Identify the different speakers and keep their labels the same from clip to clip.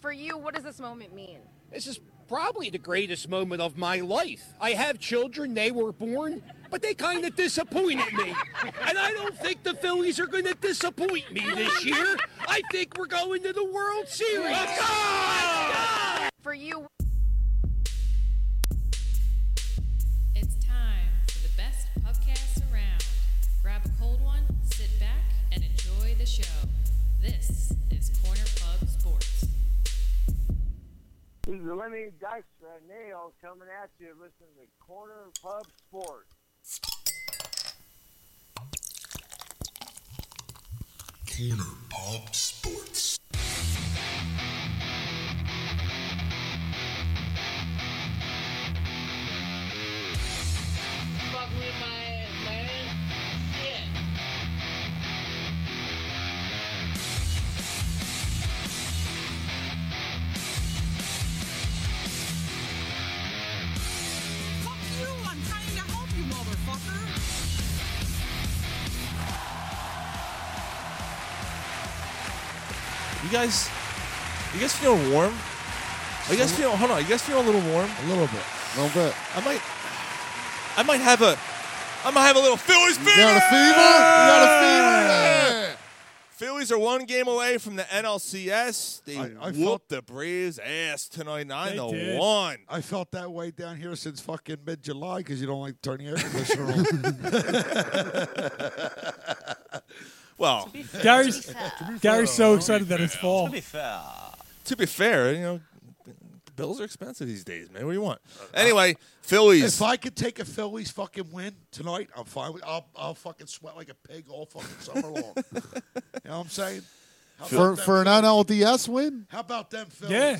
Speaker 1: For you, what does this moment mean?
Speaker 2: This is probably the greatest moment of my life. I have children, they were born, but they kind of disappointed me. And I don't think the Phillies are going to disappoint me this year. I think we're going to the World Series.
Speaker 1: For you,
Speaker 3: It's time for the best podcast around. Grab a cold one, sit back, and enjoy the show. This is Corner Pub Sports.
Speaker 4: This is Lenny Dykstra Nail coming at you. Listen to Corner Pub Sports.
Speaker 5: Corner Pop Sports.
Speaker 6: fuck with my ass, man. Shit.
Speaker 7: Fuck you! I'm trying to help you, motherfucker!
Speaker 8: You guys, you guys feel warm? Are you guys feel? Hold on. You guys feel a little warm?
Speaker 9: A little bit. A little bit.
Speaker 8: I might, I might have a, I might have a little Phillies fever.
Speaker 9: You got a fever? You got a fever? Yeah.
Speaker 8: Phillies are one game away from the NLCS. They
Speaker 9: I- I
Speaker 8: whooped
Speaker 9: felt-
Speaker 8: the Braves' ass tonight, nine to
Speaker 10: did.
Speaker 8: one.
Speaker 9: I felt that way down here since fucking mid July because you don't like turning the air conditioner on.
Speaker 8: Well,
Speaker 10: Gary's, Gary's so excited that it's fall.
Speaker 8: to be fair, you know, the bills are expensive these days, man. What do you want? Anyway, Phillies.
Speaker 9: Uh, if I could take a Phillies fucking win tonight, I'm fine. With, I'll I'll fucking sweat like a pig all fucking summer long. you know what I'm saying? How
Speaker 5: For,
Speaker 9: about them
Speaker 5: for an
Speaker 9: Phillies?
Speaker 5: NLDS win?
Speaker 9: How about them Phillies?
Speaker 10: Yeah.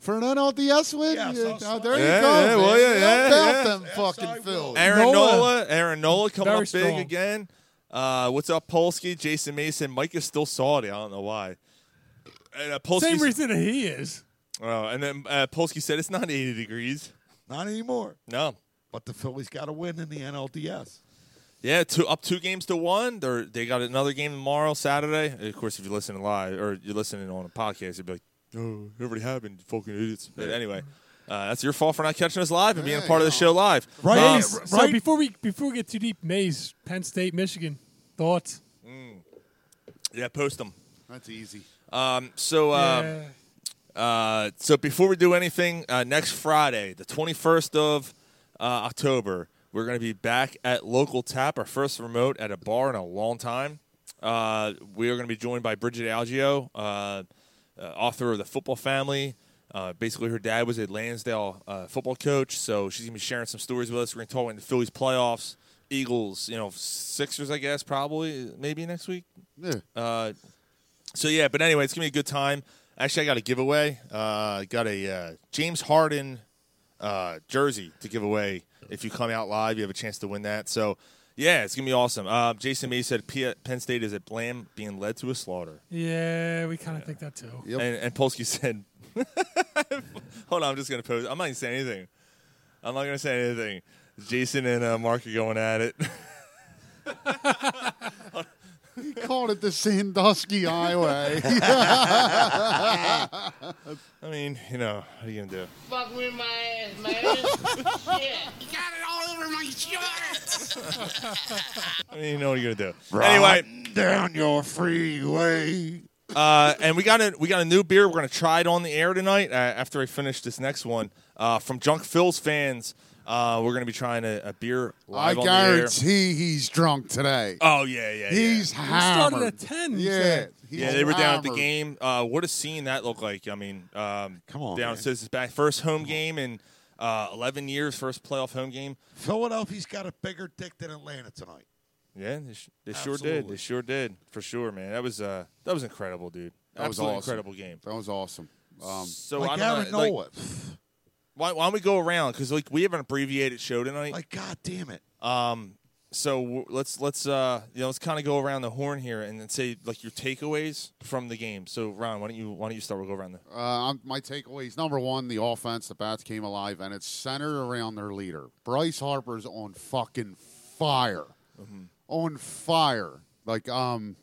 Speaker 5: For an NLDS win?
Speaker 9: Yeah,
Speaker 5: You-
Speaker 9: so-
Speaker 5: oh, there
Speaker 8: Yeah,
Speaker 5: you go.
Speaker 8: yeah,
Speaker 5: man.
Speaker 8: well,
Speaker 5: You
Speaker 8: yeah, yeah,
Speaker 5: don't doubt
Speaker 8: yeah.
Speaker 5: them
Speaker 9: Yes, I
Speaker 5: fucking
Speaker 9: will.
Speaker 5: Phillies.
Speaker 8: Aaron
Speaker 10: Nola.
Speaker 8: Nola. Aaron Nola coming
Speaker 10: Very
Speaker 8: up big
Speaker 10: strong.
Speaker 8: again. Uh, what's up, Polsky? Jason Mason. Mike is still salty. I don't know why. And, uh,
Speaker 10: Same
Speaker 8: Polsky's-
Speaker 10: reason that he is.
Speaker 8: Oh, and then uh, Polsky said it's not 80 degrees.
Speaker 9: Not anymore.
Speaker 8: No.
Speaker 9: But the Phillies got to win in the NLDS.
Speaker 8: Yeah, two up two games to one. They're they got another game tomorrow, Saturday. Of course, if you're listening live or you're listening on a podcast, you'd be like, "Oh, it already happened, you fucking idiots." But anyway, uh, that's your fault for not catching us live and being a part of the show live. Um,
Speaker 10: Mays, So before we before we get too deep, Mays, Penn State, Michigan, thoughts?
Speaker 8: yeah, post them.
Speaker 5: That's easy.
Speaker 8: Um, so. Um,
Speaker 10: Yeah.
Speaker 8: Uh, so before we do anything, uh, next Friday, the 21st of uh, October, we're going to be back at Local Tap, our first remote at a bar in a long time. Uh, we are going to be joined by Bridget Algio, uh, uh, author of The Football Family. Uh, basically, her dad was a Lansdale uh, football coach, so she's going to be sharing some stories with us. We're going to talk about the Phillies playoffs, Eagles, you know, Sixers, I guess, probably, maybe next week.
Speaker 5: Yeah.
Speaker 8: Uh, so yeah, but anyway, it's gonna be a good time. Actually, I got a giveaway. Uh, I got a uh, James Harden uh, jersey to give away. If you come out live, you have a chance to win that. So yeah, it's gonna be awesome. Uh, Jason May said P- Penn State is at Lamb being led to a slaughter,
Speaker 10: Yeah, we kind of think that too.
Speaker 5: Yep.
Speaker 8: and, and Polsky said, "Hold on, I'm just gonna post. I'm not gonna say anything. I'm not gonna say anything." Jason and uh, Mark are going at it.
Speaker 5: He called it the Sandusky Highway.
Speaker 8: I mean, you know, what are you gonna do?
Speaker 6: Fuck with my ass, man. Shit.
Speaker 8: I mean, you know what you're gonna do. Anyway,
Speaker 9: down your freeway.
Speaker 8: Uh, and we got a we got a new beer. We're gonna try it on the air tonight uh, after I finish this next one uh, from Junk Phil's fans. Uh, we're gonna be trying a, a beer
Speaker 5: I
Speaker 8: live on the air.
Speaker 5: guarantee he's drunk today.
Speaker 8: Oh yeah, yeah,
Speaker 5: He's
Speaker 10: We started
Speaker 5: hammered.
Speaker 10: at ten. you
Speaker 5: Yeah,
Speaker 10: said.
Speaker 5: he's
Speaker 8: yeah. yeah. They were down at the
Speaker 9: um,
Speaker 5: hammered.
Speaker 8: game. Uh, what a scene that looked like. I mean, um,
Speaker 9: Come on,
Speaker 8: down
Speaker 9: man.
Speaker 8: since it's back first home game in uh, 11 years, first playoff home game.
Speaker 9: Philadelphia's got a bigger dick than Atlanta tonight.
Speaker 8: Yeah, they, sh- they sure did.
Speaker 9: Absolutely.
Speaker 8: They sure did for sure, man. That was uh, that was incredible, dude.
Speaker 5: That was
Speaker 8: Absolutely
Speaker 5: awesome.
Speaker 8: incredible game.
Speaker 5: That was awesome. Um,
Speaker 8: So I
Speaker 9: like
Speaker 8: don't
Speaker 9: Aaron
Speaker 8: know, like,
Speaker 9: Nola.
Speaker 8: why, why don't we go around? Because like we have an abbreviated show tonight.
Speaker 9: Like, god damn it.
Speaker 8: so w- let's let's uh you know let's kind of go around the horn here and then say like your takeaways from the game. So Ron, why don't you why don't you start? We'll go around the
Speaker 5: Uh, I'm- my takeaways number one, the offense, the bats came alive, and it's centered around their leader. Bryce Harper's on fucking fire. On fire. Like, um,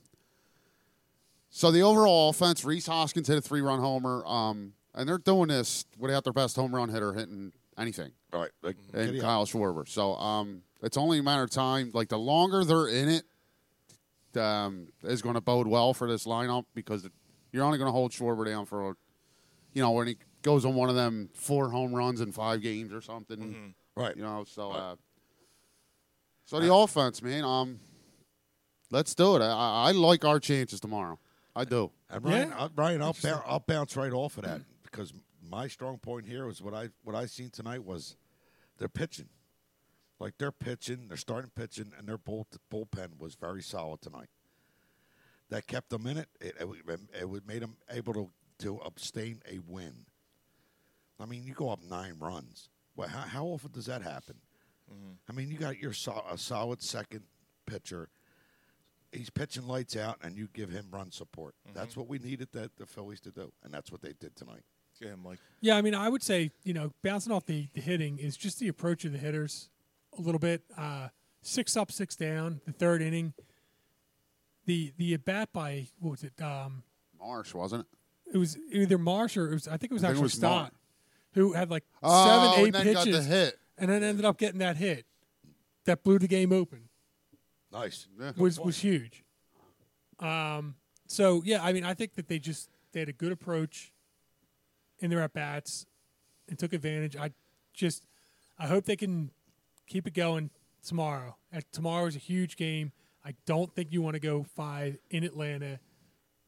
Speaker 5: So the overall offense, Reese Hoskins hit a three run homer. Um, and they're doing this without their best home run hitter hitting anything.
Speaker 9: Right. Like,
Speaker 5: And
Speaker 9: giddy up.
Speaker 5: Kyle Schwarber. So um, it's only a matter of time. Like the longer they're in it, um, is going to bode well for this lineup because you're only going to hold Schwarber down for, you know, when he goes on one of them four home runs in five games or something.
Speaker 9: Right.
Speaker 5: You know, so uh, so the offense, man. Um, let's do it. I- I, I like our chances tomorrow. I do.
Speaker 9: And Brian, I, Brian, I'll, bounce, I'll bounce right off of that because my strong point here was what I what I seen tonight was they're pitching, like they're pitching, they're starting pitching, and their bull, bullpen was very solid tonight. That kept them in it. It it, wa- it wa- made them able to to abstain a win. I mean, you go up nine runs. Well, how, how often does that happen? I mean, you got your so, a solid second pitcher he's pitching lights out, and you give him run support.
Speaker 8: Mm-hmm.
Speaker 9: That's what we needed the, the Phillies to do, and that's what they did tonight.
Speaker 8: Yeah, Mike.
Speaker 10: Yeah, I mean, I would say you know bouncing off the, the hitting is just the approach of the hitters a little bit. Uh, six up, six down. The third inning, the the at bat by what was it? Um,
Speaker 5: Marsh wasn't it?
Speaker 10: it was either Marsh or it was I think it was
Speaker 5: I think it
Speaker 10: actually
Speaker 5: was
Speaker 10: Stott,
Speaker 5: Marsh.
Speaker 10: who had like
Speaker 5: Oh,
Speaker 10: seven, eight
Speaker 5: and then got
Speaker 10: pitches,
Speaker 5: the hit.
Speaker 10: and then ended up getting that hit that blew the game open
Speaker 9: Nice.
Speaker 10: was was huge. Um, so yeah, I mean, I think that they just they had a good approach in their at bats and took advantage. I just I hope they can keep it going tomorrow. Uh, Tomorrow is a huge game. I don't think you want to go five in Atlanta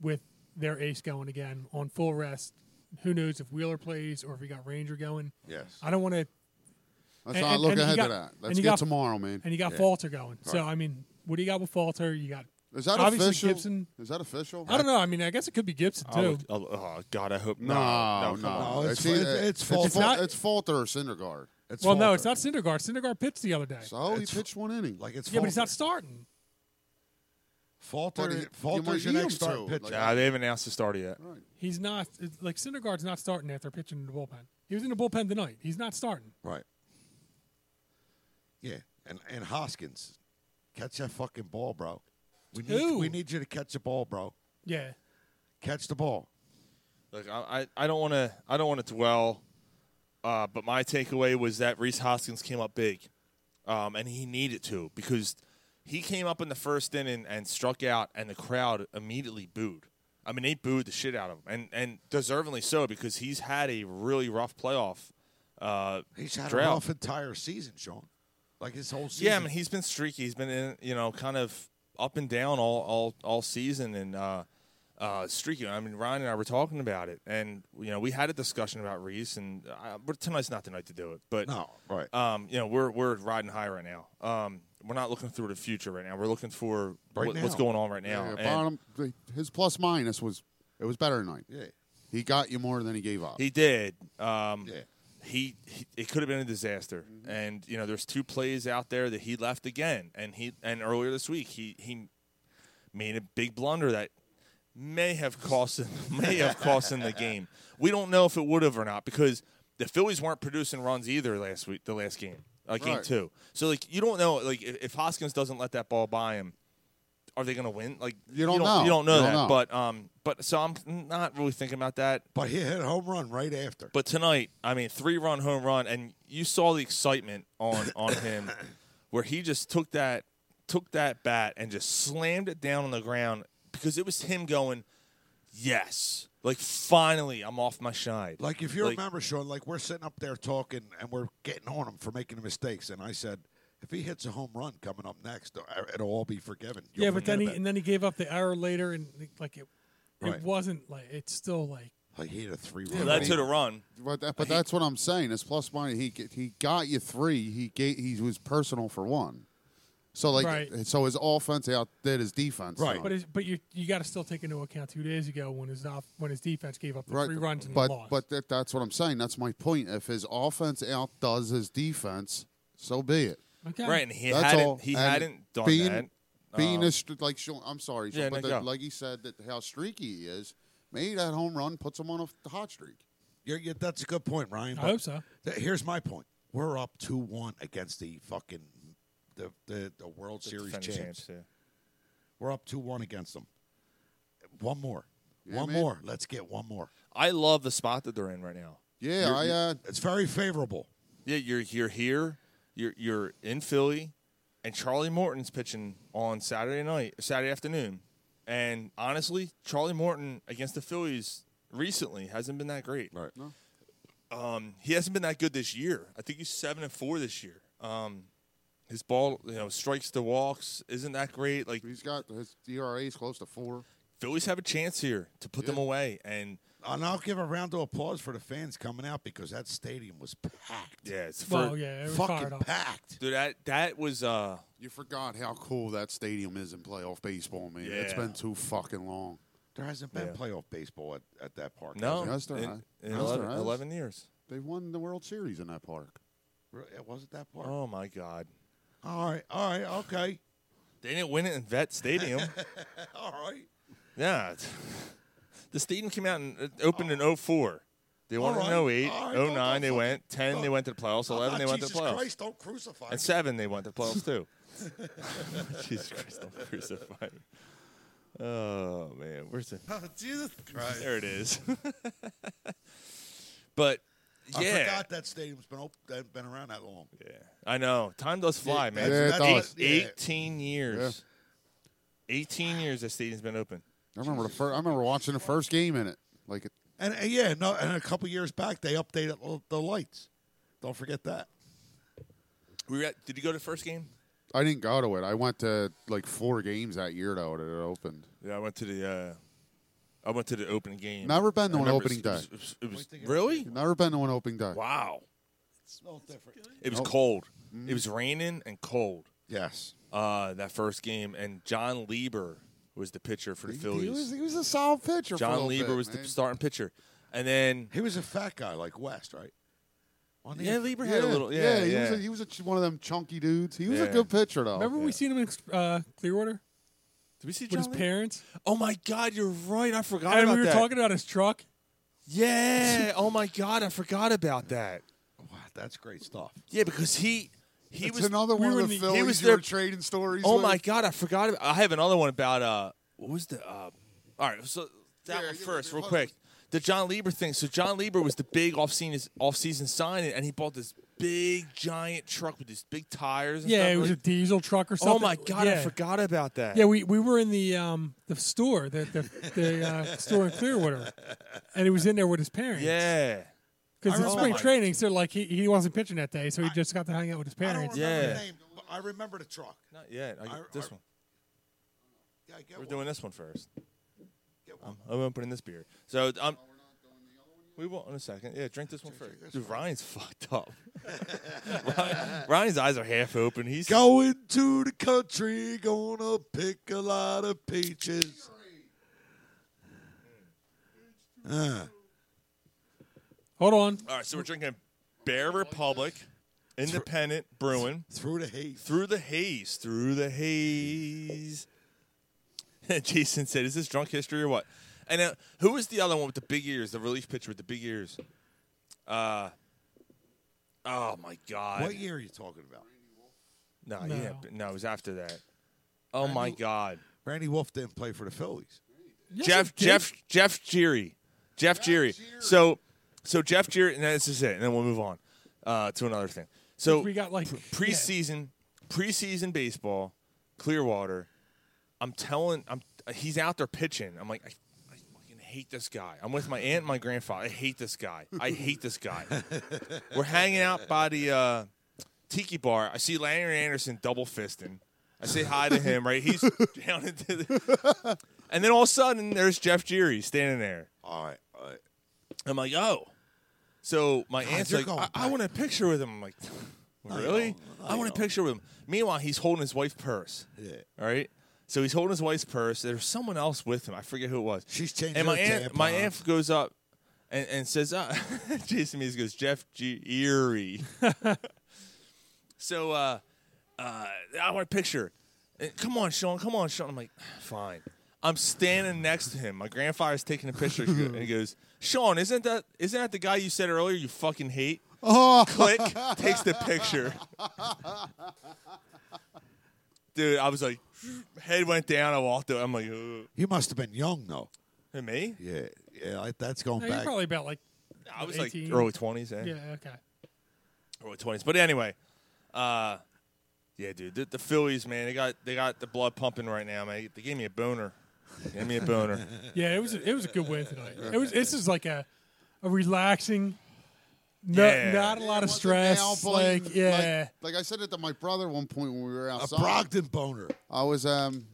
Speaker 10: with their ace going again on full rest. Who knows if Wheeler plays or if we got Ranger going?
Speaker 9: Yes.
Speaker 10: I don't want to.
Speaker 5: Let's not look
Speaker 10: you
Speaker 5: ahead to
Speaker 10: got-
Speaker 5: that.
Speaker 10: and
Speaker 5: Let's
Speaker 10: you
Speaker 5: get
Speaker 10: got-
Speaker 5: tomorrow, man.
Speaker 10: And you got
Speaker 9: Yeah.
Speaker 10: Falter going. So
Speaker 9: Right.
Speaker 10: I mean, what do you got with Falter? You got
Speaker 5: Is that
Speaker 10: obviously
Speaker 5: official?
Speaker 10: Gibson.
Speaker 5: Is that official?
Speaker 10: I don't know. I mean, I guess it could be Gibson
Speaker 8: I'll
Speaker 10: too.
Speaker 8: look- I'll- oh God, I hope
Speaker 5: No, no,
Speaker 8: no, come on.
Speaker 9: No, it's-
Speaker 5: either-
Speaker 9: it's- it's
Speaker 5: it's,
Speaker 9: Falter.
Speaker 5: Fal-
Speaker 10: Not-
Speaker 5: it's Falter or Syndergaard.
Speaker 9: It's
Speaker 10: well,
Speaker 9: Falter.
Speaker 10: no, it's not Syndergaard. Syndergaard pitched the other day.
Speaker 5: So oh,
Speaker 9: It's
Speaker 5: he pitched one inning.
Speaker 9: Like it's
Speaker 10: yeah, but he's not
Speaker 9: Falter.
Speaker 10: starting.
Speaker 9: Falter.
Speaker 5: But he-
Speaker 9: Falter's
Speaker 5: you
Speaker 9: your
Speaker 5: might
Speaker 9: next
Speaker 5: need him
Speaker 9: starting
Speaker 5: to,
Speaker 9: pitcher.
Speaker 5: like-
Speaker 8: Nah, they haven't announced the starter yet.
Speaker 10: He's not it's- like Syndergaard's not starting after pitching in the bullpen. He was in the bullpen tonight. He's not starting.
Speaker 9: right. Yeah, and and Hoskins, catch that fucking ball, bro. We need
Speaker 10: Who?
Speaker 9: we need you to catch the ball, bro.
Speaker 10: Yeah.
Speaker 9: Catch the ball.
Speaker 8: Look, I, I I don't want to I don't want to dwell, uh, but my takeaway was that Reese Hoskins came up big, um, and he needed to because he came up in the first inning and struck out, and the crowd immediately booed. I mean, they booed the shit out of him, and and deservingly so because he's had a really rough playoff. Uh,
Speaker 9: He's had
Speaker 8: drought.
Speaker 9: a rough entire season, Sean. Like his whole season.
Speaker 8: Yeah, I mean he's been streaky. He's been in, you know kind of up and down all all, all season and uh, uh, streaky. I mean Ryan and I were talking about it, and you know we had a discussion about Reese, and uh, but tonight's not the night to do it. But
Speaker 9: No, right.
Speaker 8: um, you know we're we're riding high right now. Um, we're not looking through the future right now. We're looking for
Speaker 9: Right
Speaker 8: what- what's
Speaker 9: now.
Speaker 8: going on right now.
Speaker 5: Yeah,
Speaker 8: And
Speaker 5: bottom, his plus minus was it was better tonight.
Speaker 9: yeah.
Speaker 5: He got you more than he gave up.
Speaker 8: He did. Um,
Speaker 9: Yeah.
Speaker 8: he, he it could have been a disaster.
Speaker 5: Mm-hmm.
Speaker 8: And you know, there's two plays out there that he left again, and he and earlier this week he he made a big blunder that may have cost him may have cost him the game. We don't know if it would have or not because the Phillies weren't producing runs either last week, the last game, uh, game
Speaker 5: Right.
Speaker 8: two. So like you don't know like if, if Hoskins doesn't let that ball by him. Are they going to win? Like
Speaker 5: You don't know.
Speaker 8: You don't know
Speaker 5: You
Speaker 8: that,
Speaker 5: don't know.
Speaker 8: but um, but so I'm not really thinking about that.
Speaker 9: But he hit a home run right after.
Speaker 8: But tonight, I mean, three run home run, and you saw the excitement on on him, where he just took that took that bat and just slammed it down on the ground because it was him going, yes, like finally I'm off my shine.
Speaker 9: Like if you
Speaker 8: Like-
Speaker 9: remember, Sean, like we're sitting up there talking and we're getting on him for making mistakes, and I said, if he hits a home run coming up next, uh, it'll all be forgiven. You'll
Speaker 10: yeah, but then he
Speaker 9: forget
Speaker 10: and
Speaker 9: about
Speaker 10: then he gave up the error later, and like it,
Speaker 9: Right.
Speaker 10: it wasn't like it's still like
Speaker 9: it. like he hit a three
Speaker 8: Well,
Speaker 9: run.
Speaker 8: that to the run.
Speaker 5: but that, but that's what I'm saying. It's plus minus. He g- he got you three. He gave, he was personal for one. So like
Speaker 10: Right.
Speaker 5: so his offense outdid his defense.
Speaker 9: Right.
Speaker 5: tonight.
Speaker 10: but it's, but you you got to still take into account two days ago when his off, when his defense gave up the
Speaker 5: Right,
Speaker 10: three runs and
Speaker 5: but
Speaker 10: lost.
Speaker 5: but that, that's what I'm saying. That's my point. If his offense outdoes his defense, so be it.
Speaker 10: okay.
Speaker 8: Right, and he
Speaker 5: That's
Speaker 8: hadn't
Speaker 5: all.
Speaker 8: he
Speaker 5: And
Speaker 8: hadn't done
Speaker 5: being,
Speaker 8: that. Um,
Speaker 5: Being as str- like Sean- I'm sorry, Sean,
Speaker 8: Yeah,
Speaker 5: but
Speaker 8: no,
Speaker 5: the,
Speaker 8: go.
Speaker 5: like he said that how streaky he is, maybe that home run puts him on a f- hot streak.
Speaker 9: You're, you that's a good point, Ryan.
Speaker 10: I
Speaker 9: but
Speaker 10: hope so.
Speaker 9: th- here's my point: we're up two one against the fucking the the, the World Series
Speaker 8: Defending
Speaker 9: champs.
Speaker 8: champs, yeah.
Speaker 9: We're up two one against them. One more, one
Speaker 8: man.
Speaker 9: more. Let's get one more.
Speaker 8: I love the spot that they're in right now.
Speaker 9: You're- you-
Speaker 5: uh,
Speaker 9: it's very favorable.
Speaker 8: Yeah, you're you're here. You're you're in Philly, and Charlie Morton's pitching on Saturday night, Saturday afternoon. And honestly, Charlie Morton against the Phillies recently hasn't been that great.
Speaker 9: Right.
Speaker 5: No.
Speaker 8: Um, he hasn't been that good this year. I think he's seven and four this year. Um, his ball, you know, strikes to walks isn't that great. Like
Speaker 5: he's got his ERA is close to four.
Speaker 8: Phillies have a chance here to put them away, and
Speaker 9: And I'll give a round of applause for the fans coming out because that stadium was packed.
Speaker 8: Yeah, it's
Speaker 9: Well,
Speaker 8: for-
Speaker 9: yeah, it was Fucking fired up. packed.
Speaker 8: Dude, that that was uh
Speaker 5: You forgot how cool that stadium is in playoff baseball, man. It's
Speaker 8: Yeah.
Speaker 5: been too fucking long.
Speaker 9: There hasn't been playoff baseball at, at that park.
Speaker 8: No,
Speaker 5: Yes, there
Speaker 8: in-
Speaker 5: has. Yes,
Speaker 8: in
Speaker 5: there
Speaker 8: 11
Speaker 5: has.
Speaker 8: 11 years.
Speaker 5: They won the World Series in that park.
Speaker 9: Really? It wasn't that park.
Speaker 8: Oh my God.
Speaker 9: All right, all right, okay.
Speaker 8: They didn't win it in Vet Stadium.
Speaker 9: all right.
Speaker 8: yeah. it's- The stadium came out and it opened in 04. They won
Speaker 9: Oh. All
Speaker 8: in
Speaker 9: right,
Speaker 8: 08,
Speaker 9: all right, don't-
Speaker 8: 09 they
Speaker 9: don't
Speaker 8: went,
Speaker 9: fucking-
Speaker 8: 10 they
Speaker 9: don't-
Speaker 8: went to the playoffs,
Speaker 9: I'm
Speaker 8: 11 they
Speaker 9: not
Speaker 8: went to the
Speaker 9: Ah, Jesus
Speaker 8: playoffs.
Speaker 9: Christ, don't crucify me.
Speaker 8: And 7 they went to the playoffs too. Jesus Christ, don't crucify me. Oh man, where's it?
Speaker 9: Oh, Jesus Christ.
Speaker 8: There it is. but
Speaker 9: I
Speaker 8: yeah,
Speaker 9: forgot that stadium's been open, been around that long.
Speaker 8: Yeah. I know. Time does fly,
Speaker 9: Yeah,
Speaker 8: man.
Speaker 9: that's- Yeah, it that's- does.
Speaker 8: Eight-
Speaker 9: yeah.
Speaker 8: 18 years. 18 years that stadium's been open.
Speaker 5: I remember the first. I remember watching the first game in it. Like it,
Speaker 9: And, and yeah, no, and a couple years back they updated l- the lights. Don't forget that.
Speaker 8: We were at, did you go to the first game?
Speaker 5: I didn't go to it. I went to like four games that year though that it opened.
Speaker 8: Yeah, I went to the uh I went to the opening game.
Speaker 5: Never been to
Speaker 8: I
Speaker 5: an
Speaker 8: remember
Speaker 5: opening
Speaker 8: it was-
Speaker 5: day.
Speaker 8: It was, it was- really?
Speaker 5: Never been to an opening day.
Speaker 8: Wow.
Speaker 9: It smells different.
Speaker 8: It was
Speaker 5: Nope.
Speaker 8: cold. It
Speaker 5: Mm.
Speaker 8: was raining and cold.
Speaker 9: Yes.
Speaker 8: Uh that first game and John Lieber was the pitcher for the
Speaker 5: He was,
Speaker 8: Phillies.
Speaker 5: he was a solid pitcher. for a
Speaker 8: John
Speaker 5: little
Speaker 8: Lieber
Speaker 5: bit,
Speaker 8: was
Speaker 5: man.
Speaker 8: the starting pitcher. And then
Speaker 9: He was a fat guy like West, right? On the-
Speaker 8: Yeah, Lieber had a little yeah,
Speaker 5: he was
Speaker 8: yeah.
Speaker 5: a, he was a ch- one of them chunky dudes. He was
Speaker 8: Yeah.
Speaker 5: a good pitcher though.
Speaker 10: Remember we seen him in uh, Clearwater
Speaker 8: Did we see
Speaker 10: with his
Speaker 8: John Lieber?
Speaker 10: parents?
Speaker 8: Oh my God, you're right. I forgot
Speaker 10: and
Speaker 8: about
Speaker 10: we were
Speaker 8: that.
Speaker 10: talking about his truck.
Speaker 8: Yeah. oh my God, I forgot about that.
Speaker 9: Wow, that's great stuff.
Speaker 8: Yeah, because he he
Speaker 5: It's
Speaker 8: was
Speaker 5: another
Speaker 10: we
Speaker 5: one
Speaker 10: were
Speaker 5: of the
Speaker 10: in the-
Speaker 5: Phillies
Speaker 8: he was
Speaker 5: you
Speaker 8: their-
Speaker 5: were trading stories.
Speaker 8: Oh
Speaker 5: with.
Speaker 8: my God, I forgot. About, I have another one about uh, what was the uh, all right. So that one first, real quick. The John Lieber thing. So John Lieber was the big off-season off-season signing, and he bought this big giant truck with these big tires. And
Speaker 10: Yeah,
Speaker 8: stuff.
Speaker 10: it was a
Speaker 8: Like,
Speaker 10: diesel truck or something.
Speaker 8: Oh my God, I
Speaker 10: Yeah.
Speaker 8: forgot about that.
Speaker 10: Yeah, we, we were in the um the store the the, the uh, store in Clearwater, and he was in there with his parents.
Speaker 8: yeah.
Speaker 10: because
Speaker 9: I
Speaker 10: it's spring
Speaker 9: remember.
Speaker 10: training, so like he, he wasn't pitching that day, so he just got to hang out with his
Speaker 9: I don't
Speaker 10: parents.
Speaker 9: remember
Speaker 8: Yeah.
Speaker 9: the name, but I remember the truck.
Speaker 8: Not yet. I,
Speaker 9: I-
Speaker 8: this
Speaker 9: I-
Speaker 8: one.
Speaker 9: Yeah, I get
Speaker 8: We're
Speaker 9: one.
Speaker 8: doing this one first.
Speaker 9: Get
Speaker 8: I'm, I'm opening this beer. So um, we will in a second. Yeah, drink this one first. Dude, Ryan's fucked up. Ryan- Ryan's eyes are half open. He's
Speaker 9: Going to the country, gonna pick a lot of peaches. Uh,
Speaker 10: Hold on,
Speaker 8: All right, so we're drinking Bear Republic, Independent Brewing,
Speaker 9: through the hate.
Speaker 8: Through the Haze, Through the Haze. Jason said, "Is this drunk history or what?" And uh, who was the other one with the big ears? The relief pitcher with the big ears. Uh, oh my God!
Speaker 9: What year are you talking about?
Speaker 8: No,
Speaker 10: No.
Speaker 8: yeah, but- no, it was after that. Oh my God!
Speaker 9: Randy Wolf didn't play for the Phillies.
Speaker 10: Yes,
Speaker 8: Jeff
Speaker 10: it did.
Speaker 8: Jeff Jeff Geary. Jeff Geary. So so Jeff Geary and this is it, and then we'll move on uh, to another thing. So
Speaker 10: We got, like,
Speaker 8: pre- preseason preseason baseball, Clearwater. I'm telling I'm uh, he's out there pitching. I'm like I, I fucking hate this guy. I'm with my aunt and my grandfather. I hate this guy. I hate this guy. We're hanging out by the uh, tiki bar. I see Lanyard Anderson double fisting. I say hi to him, right? He's down into the and then all of a sudden, there's Jeff Geary standing there.
Speaker 9: All right, all right.
Speaker 8: I'm like, oh. So my
Speaker 9: God,
Speaker 8: aunt's
Speaker 9: you're
Speaker 8: like,
Speaker 9: going
Speaker 8: I, I
Speaker 9: back.
Speaker 8: want a picture with him. I'm like, really?
Speaker 9: no,
Speaker 8: I want a
Speaker 9: no.
Speaker 8: picture with him. Meanwhile, he's holding his wife's purse.
Speaker 9: Yeah.
Speaker 8: All right. So he's holding his wife's purse. There's someone else with him. I forget who it was.
Speaker 9: She's changing
Speaker 8: And my
Speaker 9: her
Speaker 8: aunt, my
Speaker 9: tampons.
Speaker 8: aunt goes up and, and says, uh, Jason Mees goes, Jeff Geary. so uh, uh, I want a picture. And, come on, Sean. Come on, Sean. I'm like, fine. I'm standing next to him. My grandfather's taking a picture, He go- and he goes, "Sean, isn't that isn't that the guy you said earlier you fucking hate?"
Speaker 5: Oh,
Speaker 8: Click takes the picture. Dude, I was like, head went down. I walked. Up. I'm like, "Ugh."
Speaker 9: You must have been young though.
Speaker 8: Who, me?
Speaker 9: Yeah, yeah. I, that's going
Speaker 10: No, you're
Speaker 9: back.
Speaker 10: probably about like
Speaker 8: I was like
Speaker 10: 18.
Speaker 8: early 20s, eh?
Speaker 10: Yeah, okay.
Speaker 8: early twenties. But anyway, uh, yeah, dude, the, the Phillies, man, they got they got the blood pumping right now, man. They gave me a boner. Give me a boner.
Speaker 10: Yeah, it was a, it was a good win tonight. It was this is like a a relaxing, no,
Speaker 5: Yeah.
Speaker 10: not a lot of stress.
Speaker 5: Like,
Speaker 10: Like yeah,
Speaker 5: like, I said it to my brother one point when we were outside.
Speaker 9: Brogdon boner.
Speaker 5: I was um,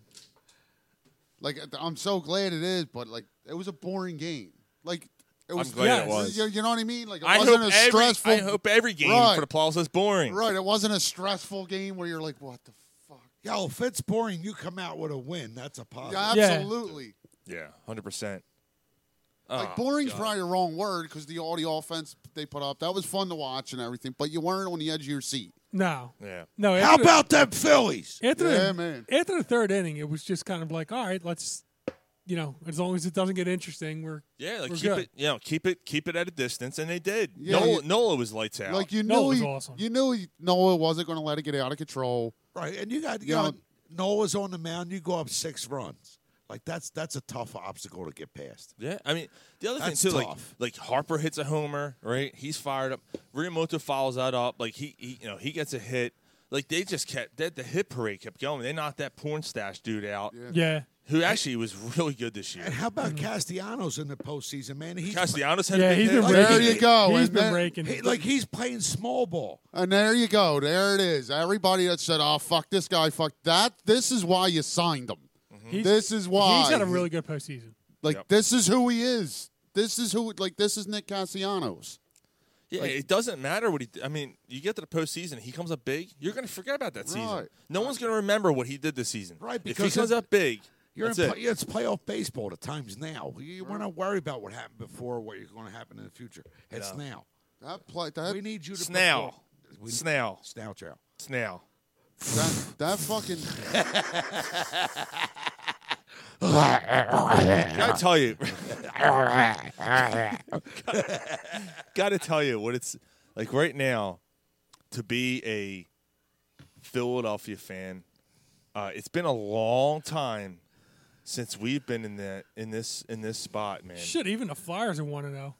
Speaker 5: like I'm so glad it is, but like it was a boring game. Like it was.
Speaker 8: I'm glad it was.
Speaker 5: You, you know what I mean? Like it
Speaker 8: I
Speaker 5: wasn't
Speaker 8: hope
Speaker 5: a
Speaker 8: every-
Speaker 5: stressful.
Speaker 8: I hope every game for the playoffs is boring.
Speaker 5: Right, it wasn't a stressful game where you're like, what the
Speaker 9: Yo, if it's boring, you come out with a win. That's a
Speaker 8: Uh,
Speaker 5: fuck?
Speaker 9: positive.
Speaker 5: Yeah, absolutely.
Speaker 8: Yeah, hundred percent.
Speaker 5: Like boring's probably the wrong word because the all the offense they put up that was fun to watch and everything, but you weren't on the edge of your seat.
Speaker 10: no,
Speaker 8: Yeah.
Speaker 10: no.
Speaker 5: How
Speaker 10: after the-
Speaker 5: about them Phillies?
Speaker 10: After
Speaker 5: Yeah,
Speaker 10: the,
Speaker 5: man.
Speaker 10: After the third inning, it was just kind of like, all right, let's, you know, as long as it doesn't get interesting, we're
Speaker 8: Yeah, like
Speaker 10: we're
Speaker 8: keep
Speaker 10: good.
Speaker 8: it, you know, keep it, keep it at a distance, and they did.
Speaker 5: Yeah,
Speaker 8: Nola,
Speaker 5: you-
Speaker 8: Nola was lights out.
Speaker 5: Like you knew, he- you knew he- Noah wasn't going to let it get out of control.
Speaker 9: Right, and you got you
Speaker 5: You know-
Speaker 9: know, Noah's on the mound. You go up six runs. Like that's that's a tough obstacle to get past.
Speaker 8: Yeah, I mean the other
Speaker 9: That's
Speaker 8: thing too,
Speaker 9: tough.
Speaker 8: like like Harper hits a homer, right? He's fired up. Riomoto follows that up, like he, he you know he gets a hit. Like they just kept that the hit parade kept going. They knocked that porn stash dude out.
Speaker 10: Yeah.
Speaker 8: who actually was really good this year.
Speaker 9: And how about Castellanos in the postseason, man? He's
Speaker 8: Castellanos had a Yeah, big he's hit. been
Speaker 5: There you go.
Speaker 9: He's
Speaker 5: and that-
Speaker 9: He- like he's playing small ball.
Speaker 5: And there you go. There it is. Everybody that said, "Oh, fuck this guy, fuck that," this is why you signed him.
Speaker 10: He's-
Speaker 5: This is why
Speaker 10: he's had a really good postseason.
Speaker 5: like this is who he is. This is who like this is Nick Cassianos.
Speaker 8: Yeah, it doesn't matter what he. I mean, you get to the postseason, he comes up big. You're going to forget about that season.
Speaker 5: Right.
Speaker 8: No one's going to remember what he did this season.
Speaker 9: Right,
Speaker 8: if
Speaker 9: because
Speaker 8: he comes
Speaker 9: it-
Speaker 8: up big,
Speaker 9: You're
Speaker 8: that's
Speaker 9: in
Speaker 8: it.
Speaker 9: play- it's playoff baseball. The times now. You, you we're not worried about what happened before, what you're going to happen in the future. It's
Speaker 8: No.
Speaker 9: now.
Speaker 5: That play. That
Speaker 9: we need you to
Speaker 8: Snell.
Speaker 9: perform. We-
Speaker 8: Snell.
Speaker 9: Snell, Chow.
Speaker 8: Snell.
Speaker 5: That, that fucking.
Speaker 8: Gotta
Speaker 9: Uh-huh.
Speaker 8: tell you. Gotta tell you what it's like right now to be a Philadelphia fan. Uh, it's been a long time since we've been in that in this in this spot, man.
Speaker 10: Shit, even the Flyers are one oh. to know.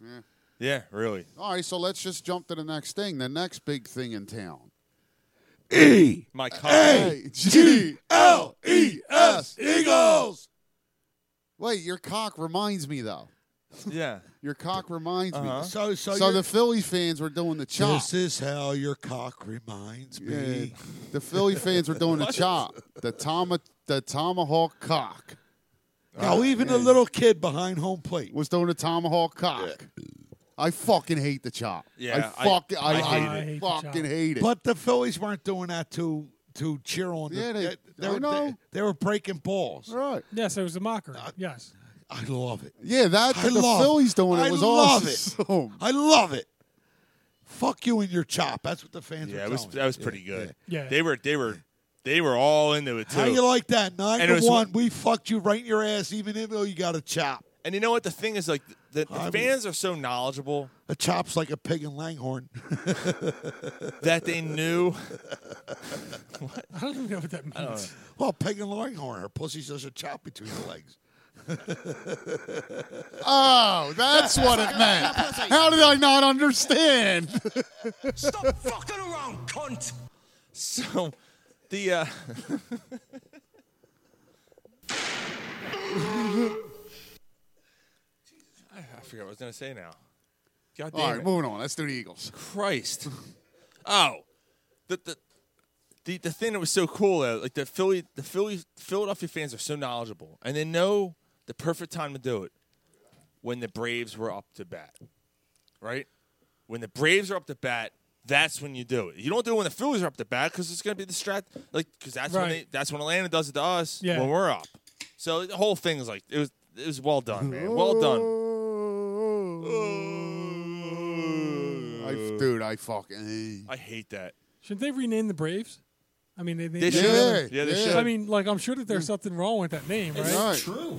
Speaker 5: Yeah.
Speaker 8: Yeah, really.
Speaker 5: All right, so let's just jump to the next thing. The next big thing in town.
Speaker 9: E
Speaker 8: my
Speaker 5: A G L E S
Speaker 9: Eagles.
Speaker 5: Wait, your cock reminds me though.
Speaker 8: Yeah.
Speaker 5: Your cock reminds
Speaker 9: Uh-huh.
Speaker 5: me.
Speaker 9: So- so you're-
Speaker 5: the Philly fans were doing the chop.
Speaker 9: This is how your cock reminds
Speaker 5: Yeah,
Speaker 9: me.
Speaker 5: the Philly fans were doing the
Speaker 9: What?
Speaker 5: chop. The toma, the tomahawk cock.
Speaker 9: Now, even a little kid behind home plate
Speaker 5: was doing the tomahawk cock. I fucking hate the chop.
Speaker 9: Yeah,
Speaker 5: I
Speaker 9: I-
Speaker 5: fucking, I,
Speaker 9: I hate
Speaker 5: I
Speaker 9: it. I hate the
Speaker 5: fucking
Speaker 9: chop.
Speaker 5: hate it.
Speaker 9: But the Phillies weren't doing that to to cheer on.
Speaker 5: Yeah,
Speaker 9: the,
Speaker 5: they-
Speaker 9: they,
Speaker 5: I
Speaker 9: were,
Speaker 5: know.
Speaker 9: They, they were breaking balls.
Speaker 5: Right.
Speaker 10: Yes, it was a mockery.
Speaker 5: Uh,
Speaker 10: yes.
Speaker 9: I love it.
Speaker 5: yeah, that
Speaker 9: I
Speaker 5: the
Speaker 9: love-
Speaker 5: Phillies doing it
Speaker 9: I
Speaker 5: was
Speaker 9: love
Speaker 5: awesome.
Speaker 9: I love it. Fuck you and your chop. That's what the fans.
Speaker 8: Yeah,
Speaker 9: were
Speaker 8: it was
Speaker 9: telling
Speaker 8: that was
Speaker 9: me.
Speaker 8: pretty good.
Speaker 9: Yeah.
Speaker 8: They were they were they were all into it too.
Speaker 9: How you like that? Nine
Speaker 8: And it
Speaker 9: to
Speaker 8: was-
Speaker 9: one. We fucked you right in your ass, even though you got a chop.
Speaker 8: And you know what the thing is like the, the
Speaker 9: I
Speaker 8: fans are so knowledgeable
Speaker 9: A chop's like a pig in Langhorn.
Speaker 8: that they knew
Speaker 10: I don't even know what that
Speaker 8: I don't
Speaker 10: means.
Speaker 9: well, pig in Langhorn. Her pussy's just a chop between her legs.
Speaker 5: Oh, that's what it meant. How did I not understand?
Speaker 11: Stop fucking around, cunt!
Speaker 8: So, the uh, I I forgot what I was gonna say now. God damn
Speaker 5: All right,
Speaker 8: it.
Speaker 5: moving on. Let's do the Eagles.
Speaker 8: Christ. Oh, the the. The, the thing that was so cool though, like the Philly, the Philly, Philadelphia fans are so knowledgeable, and they know the perfect time to do it when the Braves were up to bat, right? When the Braves are up to bat, that's when you do it. You don't do it when the Phillies are up to bat because it's going to be distract, like because that's when they,
Speaker 10: Right.
Speaker 8: that's when Atlanta does it to us
Speaker 10: Yeah.
Speaker 8: when we're up. So the whole thing is like it was it was well done, man. Well done.
Speaker 5: Oh. I, dude, I fucking.
Speaker 8: I hate that.
Speaker 10: Shouldn't they rename the Braves? I mean, they, they,
Speaker 8: They
Speaker 10: they
Speaker 8: should. Yeah, they should.
Speaker 10: I mean, like I'm sure that there's something wrong with that name, right?
Speaker 8: true.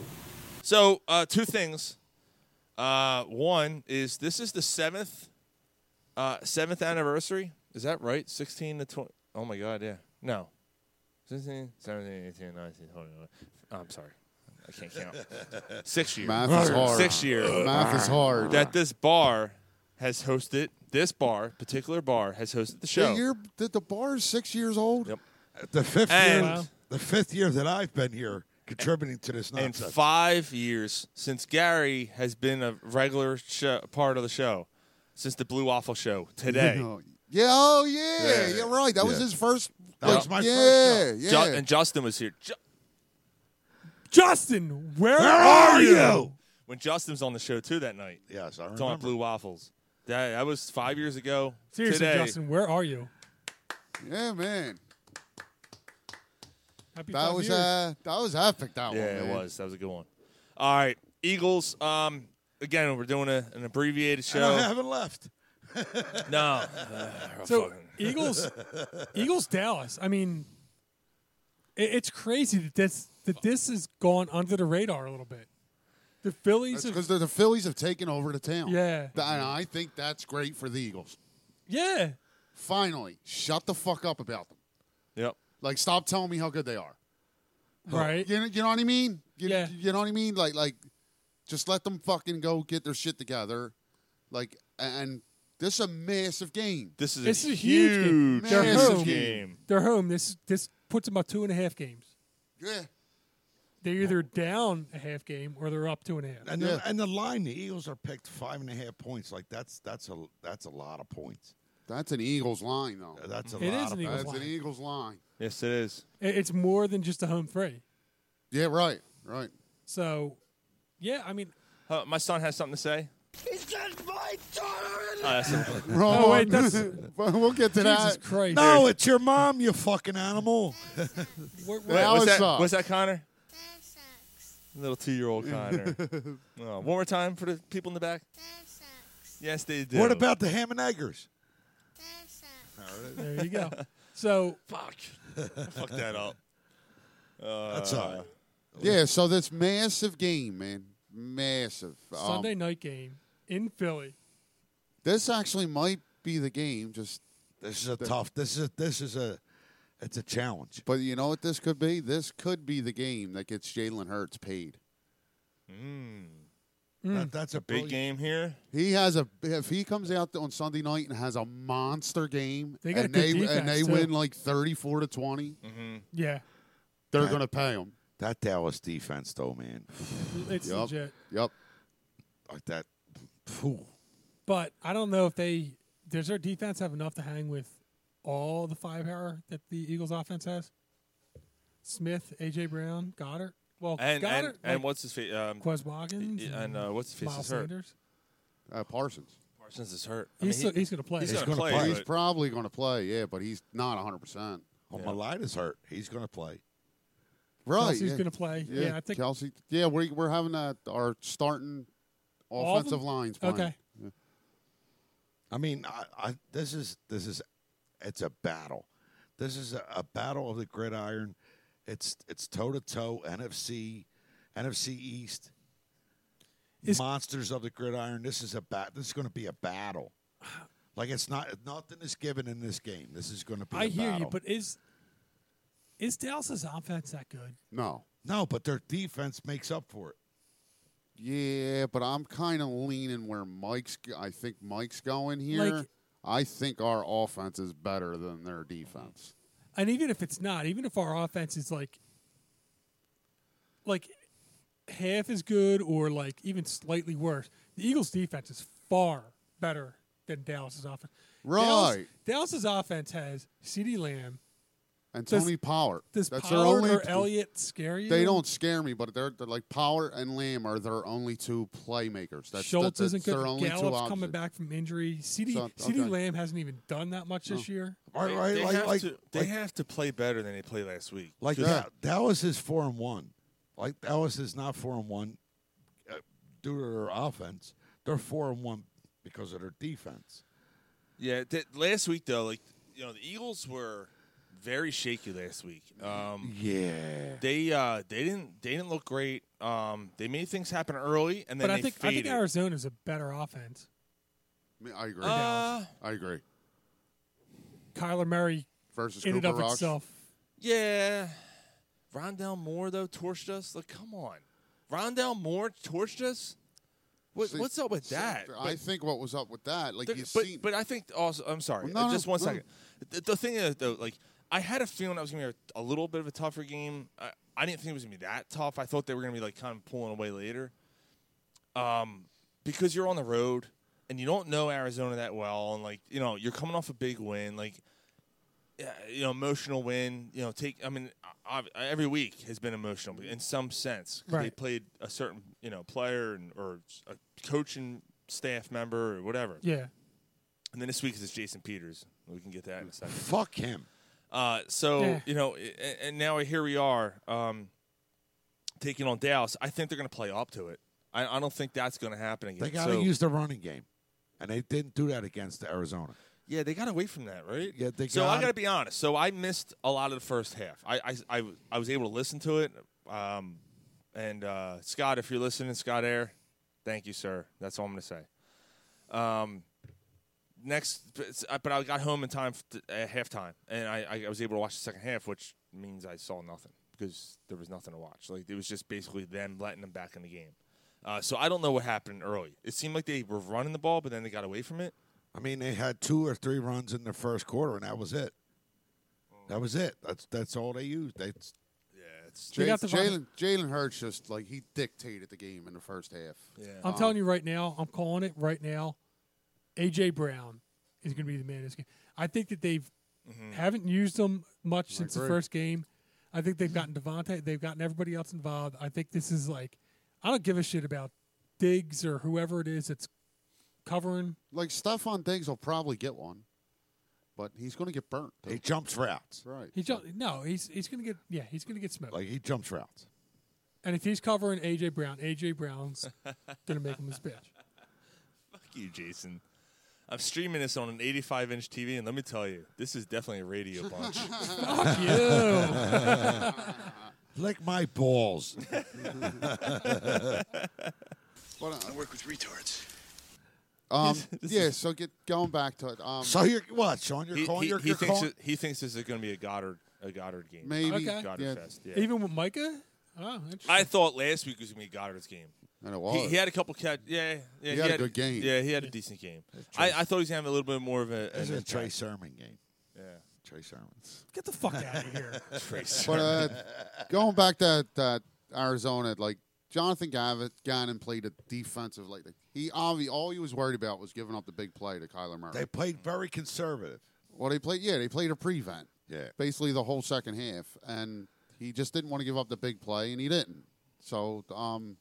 Speaker 8: So, uh, two things. Uh, one is this is the seventh, uh, seventh anniversary. Is that right? Sixteen to twenty. Oh my God, yeah. No. 16, 17, 18, 19, 20. Oh, I'm sorry. I can't count. Six years.
Speaker 5: Math is hard. Uh,
Speaker 8: Six years.
Speaker 5: Math is hard.
Speaker 8: That this bar has hosted. This bar, particular bar, has hosted the show.
Speaker 5: The, year, the, the bar is six years old.
Speaker 8: Yep.
Speaker 9: The fifth
Speaker 8: And-
Speaker 9: year, the fifth year that I've been here, contributing to this
Speaker 8: in
Speaker 9: nonsense.
Speaker 8: five years since Gary has been a regular show, part of the show, since the Blue Waffle Show today.
Speaker 5: Yeah. Oh yeah.
Speaker 8: Yeah.
Speaker 5: You're right. That was
Speaker 8: Yeah.
Speaker 5: his first.
Speaker 8: That
Speaker 5: like,
Speaker 8: was my
Speaker 5: yeah,
Speaker 8: first
Speaker 5: Yeah.
Speaker 8: Ju- and Justin was here. Ju-
Speaker 10: Justin, where, are you?
Speaker 8: when Justin was on the show too that night.
Speaker 9: Yes, I
Speaker 8: Talking
Speaker 10: remember.
Speaker 8: Blue Waffles. That, that was five years ago.
Speaker 10: Seriously,
Speaker 8: today.
Speaker 10: Justin, where are you?
Speaker 5: yeah, man.
Speaker 10: Happy
Speaker 5: That
Speaker 10: five
Speaker 5: was
Speaker 10: years.
Speaker 5: uh, that was epic. That
Speaker 8: yeah,
Speaker 5: one.
Speaker 8: it
Speaker 5: man.
Speaker 8: was. That was a good one. All right, Eagles. Um, again, we're doing a, an abbreviated
Speaker 9: And I
Speaker 8: show.
Speaker 9: haven't left.
Speaker 8: No,
Speaker 10: So Eagles, Eagles, Dallas. I mean, it, it's crazy that this that this has gone under the radar a little bit. The Phillies have
Speaker 5: because the, the Phillies have taken over the town.
Speaker 10: Yeah.
Speaker 5: Th- and I think that's great for the Eagles.
Speaker 10: Yeah,
Speaker 5: finally, shut the fuck up about them.
Speaker 8: Yep.
Speaker 5: Like, stop telling me how good they are.
Speaker 10: Right.
Speaker 5: You know, you know what I mean? You, yeah. You know what I mean? Like, like, just let them fucking go get their shit together. Like, and this is a massive game.
Speaker 8: This is
Speaker 10: this is a huge, game. They're
Speaker 5: massive
Speaker 10: home. They're home. This this puts them about two and a half games.
Speaker 5: Yeah.
Speaker 10: They're either down a half game or they're up two and a half.
Speaker 9: And the, and the line, the Eagles are picked five and a half points. Like that's that's a that's a lot of points.
Speaker 5: That's an Eagles line, though.
Speaker 9: That's a
Speaker 10: It
Speaker 9: lot
Speaker 10: is
Speaker 9: of
Speaker 10: an Eagles
Speaker 9: points.
Speaker 5: That's an Eagles line.
Speaker 8: Yes, it is.
Speaker 10: It- it's more than just a home three.
Speaker 5: Yeah. Right. Right.
Speaker 10: So, yeah, I mean,
Speaker 8: Uh, my son has something to say. Oh, that's a-
Speaker 5: Wrong.
Speaker 10: Oh, wait, that's-
Speaker 5: we'll get to
Speaker 10: Jesus
Speaker 5: that.
Speaker 10: Christ.
Speaker 9: No, it's your mom, you fucking animal.
Speaker 10: We're-
Speaker 8: Wait,
Speaker 10: we're-
Speaker 8: what's, that,
Speaker 5: sucks.
Speaker 8: what's that, Connor? Little two-year-old Connor. Oh, one more time for the people in the back. Yes, they do.
Speaker 9: What about the ham and eggers?
Speaker 10: there you go. So,
Speaker 8: Fuck. Fuck that up. Uh,
Speaker 9: That's all right.
Speaker 5: Yeah. So this massive game, man. Massive. Um,
Speaker 10: Sunday night game in Philly.
Speaker 5: This actually might be the game. Just
Speaker 9: This is a tough. This is a, this is a it's a challenge.
Speaker 5: But you know what this could be? This could be the game that gets Jalen Hurts paid.
Speaker 9: That, that's a
Speaker 8: Big
Speaker 9: brilliant-
Speaker 8: game here.
Speaker 5: He has a if he comes out on Sunday night and has a monster game
Speaker 10: They got a
Speaker 5: and
Speaker 10: good
Speaker 5: they and
Speaker 10: defense,
Speaker 5: they
Speaker 10: too.
Speaker 5: win like 34 to 20,
Speaker 10: Yeah,
Speaker 5: they're
Speaker 9: That-
Speaker 5: going to pay him.
Speaker 9: That Dallas defense, though, man,
Speaker 10: it's
Speaker 5: Yep.
Speaker 10: legit.
Speaker 5: Yep.
Speaker 9: like that. Phew.
Speaker 10: But I don't know if they does their defense have enough to hang with all the firepower that the Eagles offense has. Smith, AJ Brown, Goddard. Well,
Speaker 8: And and,
Speaker 10: Goddard
Speaker 8: and
Speaker 10: like
Speaker 8: what's his face? Um,
Speaker 10: Quez Watkins
Speaker 8: Yeah, and, uh, what's his face
Speaker 10: Miles
Speaker 8: is hurt.
Speaker 10: Sanders.
Speaker 5: Uh, Parsons.
Speaker 8: Parsons is hurt.
Speaker 10: He's still- he's gonna play.
Speaker 8: He's,
Speaker 10: He's
Speaker 8: going to
Speaker 9: gonna
Speaker 8: play.
Speaker 9: play.
Speaker 5: He's
Speaker 8: but-
Speaker 5: probably going to play, yeah, but he's not 100%.
Speaker 9: Oh,
Speaker 8: Yeah.
Speaker 9: my line is hurt. He's going to play.
Speaker 5: Right.
Speaker 10: Kelsey's
Speaker 5: yeah.
Speaker 10: going to play. Yeah, I think
Speaker 5: Kelsey. Yeah, we we're having that our starting
Speaker 10: All of them?
Speaker 5: offensive lines playing.
Speaker 10: Okay.
Speaker 9: I mean, I, I this is this is it's a battle. This is a, a battle of the gridiron. It's it's toe to toe NFC, NFC East.
Speaker 10: Is-
Speaker 9: Monsters of the gridiron. This is a bat. This is going to be a battle. Like it's not nothing is given in this game. This is going to be.
Speaker 10: I
Speaker 9: a
Speaker 10: hear you,
Speaker 9: battle.
Speaker 10: but is is Dallas's offense that good?
Speaker 5: No.
Speaker 9: no, but their defense makes up for it.
Speaker 5: Yeah, but I'm kind of leaning where Mike's. g- I think Mike's going here.
Speaker 10: Like-
Speaker 5: I think our offense is better than their defense.
Speaker 10: And even if it's not, even if our offense is like like half as good or like even slightly worse, the Eagles defense is far better than Dallas's offense. Dallas-
Speaker 5: Right.
Speaker 10: Dallas's offense has CeeDee Lamb.
Speaker 5: And
Speaker 10: Does-
Speaker 5: Tony Pollard.
Speaker 10: Does
Speaker 5: That's
Speaker 10: Pollard
Speaker 5: their only.
Speaker 10: or Elliott scare you?
Speaker 5: They don't scare me, but they're, they're like Pollard and Lamb are their only two playmakers. That's that,
Speaker 10: Schultz
Speaker 5: that's
Speaker 10: isn't
Speaker 5: Their
Speaker 10: good.
Speaker 5: only two
Speaker 10: Gallup's coming
Speaker 5: options.
Speaker 10: back from injury. CD
Speaker 5: So-
Speaker 10: CD
Speaker 5: okay. Oh.
Speaker 10: Lamb hasn't even done that much this year.
Speaker 9: Right,
Speaker 8: They,
Speaker 9: right,
Speaker 8: they
Speaker 9: like
Speaker 8: have
Speaker 9: like
Speaker 8: to, they
Speaker 9: like,
Speaker 8: have to play better than they played last week.
Speaker 9: like
Speaker 8: Just-
Speaker 9: that. Dallas is four and one. Like Dallas is not four and one uh, due to their offense. They're four and one because of their defense.
Speaker 8: Yeah, that, last week though, like you know, the Eagles were very shaky last week. Um,
Speaker 9: Yeah.
Speaker 8: they uh, they didn't they didn't look great. Um, they made things happen early, and then
Speaker 10: But
Speaker 8: they
Speaker 10: I think I
Speaker 8: faded.
Speaker 10: think Arizona's a better offense.
Speaker 5: I mean, I agree.
Speaker 8: Uh,
Speaker 5: I agree.
Speaker 10: Kyler Murray
Speaker 5: Versus
Speaker 10: in and
Speaker 5: Cooper
Speaker 10: of
Speaker 5: Rush.
Speaker 10: itself.
Speaker 8: yeah, Rondell Moore though torched us. Like, come on, Rondell Moore torched us. What,
Speaker 5: See,
Speaker 8: what's up with
Speaker 5: so
Speaker 8: that?
Speaker 5: I
Speaker 8: But-
Speaker 5: think what was up with that, like
Speaker 8: There-
Speaker 5: you
Speaker 8: but,
Speaker 5: seen,
Speaker 8: but I think also, I'm sorry,
Speaker 5: Well, no,
Speaker 8: just
Speaker 5: no,
Speaker 8: one
Speaker 5: no.
Speaker 8: second. The, the thing is, though, like I had a feeling that was gonna be a, a little bit of a tougher game. I, I didn't think it was gonna be that tough. I thought they were gonna be like kind of pulling away later, um, because you're on the road and you don't know Arizona that well, and like you know you're coming off a big win, like yeah, you know emotional win. You know, take I mean I, I, every week has been emotional in some sense. 'cause They
Speaker 10: Right.
Speaker 8: played a certain you know player and, or a coaching staff member or whatever.
Speaker 10: Yeah.
Speaker 8: And then this week is Jason Peters. We can get that in a second.
Speaker 9: Fuck him.
Speaker 8: Uh, so
Speaker 10: Yeah.
Speaker 8: you know, and, and now here we are um, taking on Dallas. I think they're going to play up to it. I, I don't think that's going to happen again.
Speaker 9: They got to
Speaker 8: So-
Speaker 9: use the running game, and they didn't do that against Arizona.
Speaker 8: yeah, they got away from that, right?
Speaker 9: Yeah, they
Speaker 8: So I
Speaker 9: gotta-
Speaker 8: got to be honest. So I missed a lot of the first half. I I, I, w- I was able to listen to it. Um, and uh, Scott, if you're listening, Scott Air, thank you, sir. That's all I'm going to say. Um, next, but it's- uh, but I got home in time f- t- at halftime, and I, I- I was able to watch the second half, which means I saw nothing because there was nothing to watch. Like it was just basically them letting them back in the game. Uh, so I don't know what happened early. It seemed like they were running the ball, but then they got away from it.
Speaker 9: I mean, they had two or three runs in the first quarter, and that was it. That was it. That's that's all they used. They
Speaker 8: yeah, it's
Speaker 5: Jay- Jalen Jalen Hurts just like he dictated the game in the first half.
Speaker 8: Yeah,
Speaker 10: I'm telling you right now, I'm calling it right now. AJ Brown is going to be the man of this game. I think that they've haven't used him much since the
Speaker 5: agree.
Speaker 10: first game. I think they've gotten Devontae. They've gotten everybody else involved. I think this is like, I don't give a shit about Diggs or whoever it is that's covering.
Speaker 5: Like Stephon Diggs will probably get one, but he's going to get burnt.
Speaker 9: he jumps routes.
Speaker 5: Right.
Speaker 10: He just, no, he's he's going to get yeah, he's going to get smoked.
Speaker 9: Like he jumps routes.
Speaker 10: And if he's covering AJ Brown, AJ Brown's going to make him his bitch.
Speaker 8: Fuck you, Jason. I'm streaming this on an 85 inch TV, and let me tell you, this is definitely a radio bunch.
Speaker 10: Fuck you.
Speaker 9: Lick my balls.
Speaker 5: I
Speaker 12: work with retards.
Speaker 5: Um, yeah. So get going back to it. Um,
Speaker 9: So you're what, Sean? You're
Speaker 8: he,
Speaker 9: calling
Speaker 8: he-
Speaker 9: your
Speaker 8: he
Speaker 9: you're
Speaker 8: thinks
Speaker 9: calling-
Speaker 8: it- he thinks this is going to be a Goddard a Goddard game.
Speaker 5: Maybe,
Speaker 10: Okay.
Speaker 8: Goddard
Speaker 5: yeah.
Speaker 8: fest. Yeah.
Speaker 10: Even with Micah? Oh, interesting.
Speaker 8: I thought last week was going to be Goddard's game.
Speaker 5: And it
Speaker 8: He,
Speaker 5: was.
Speaker 8: he had a couple catch. Yeah, yeah.
Speaker 5: He had a good game.
Speaker 8: Yeah, he had a decent game. I, I thought he was going to have a little bit more of a.
Speaker 9: This
Speaker 8: an
Speaker 9: is a
Speaker 8: impact.
Speaker 9: Trey Sermon game.
Speaker 8: Yeah.
Speaker 9: Trey Sermon.
Speaker 10: Get the fuck out of here.
Speaker 8: Trey
Speaker 5: But
Speaker 8: Sermon.
Speaker 5: uh, going back to that Arizona, like Jonathan Gavitt, Gannon played a defensive like he obvi all he was worried about was giving up the big play to Kyler Murray.
Speaker 9: They played very conservative.
Speaker 5: well, they played yeah, they played a prevent
Speaker 9: Yeah.
Speaker 5: basically the whole second half, and he just didn't want to give up the big play, and he didn't. So um,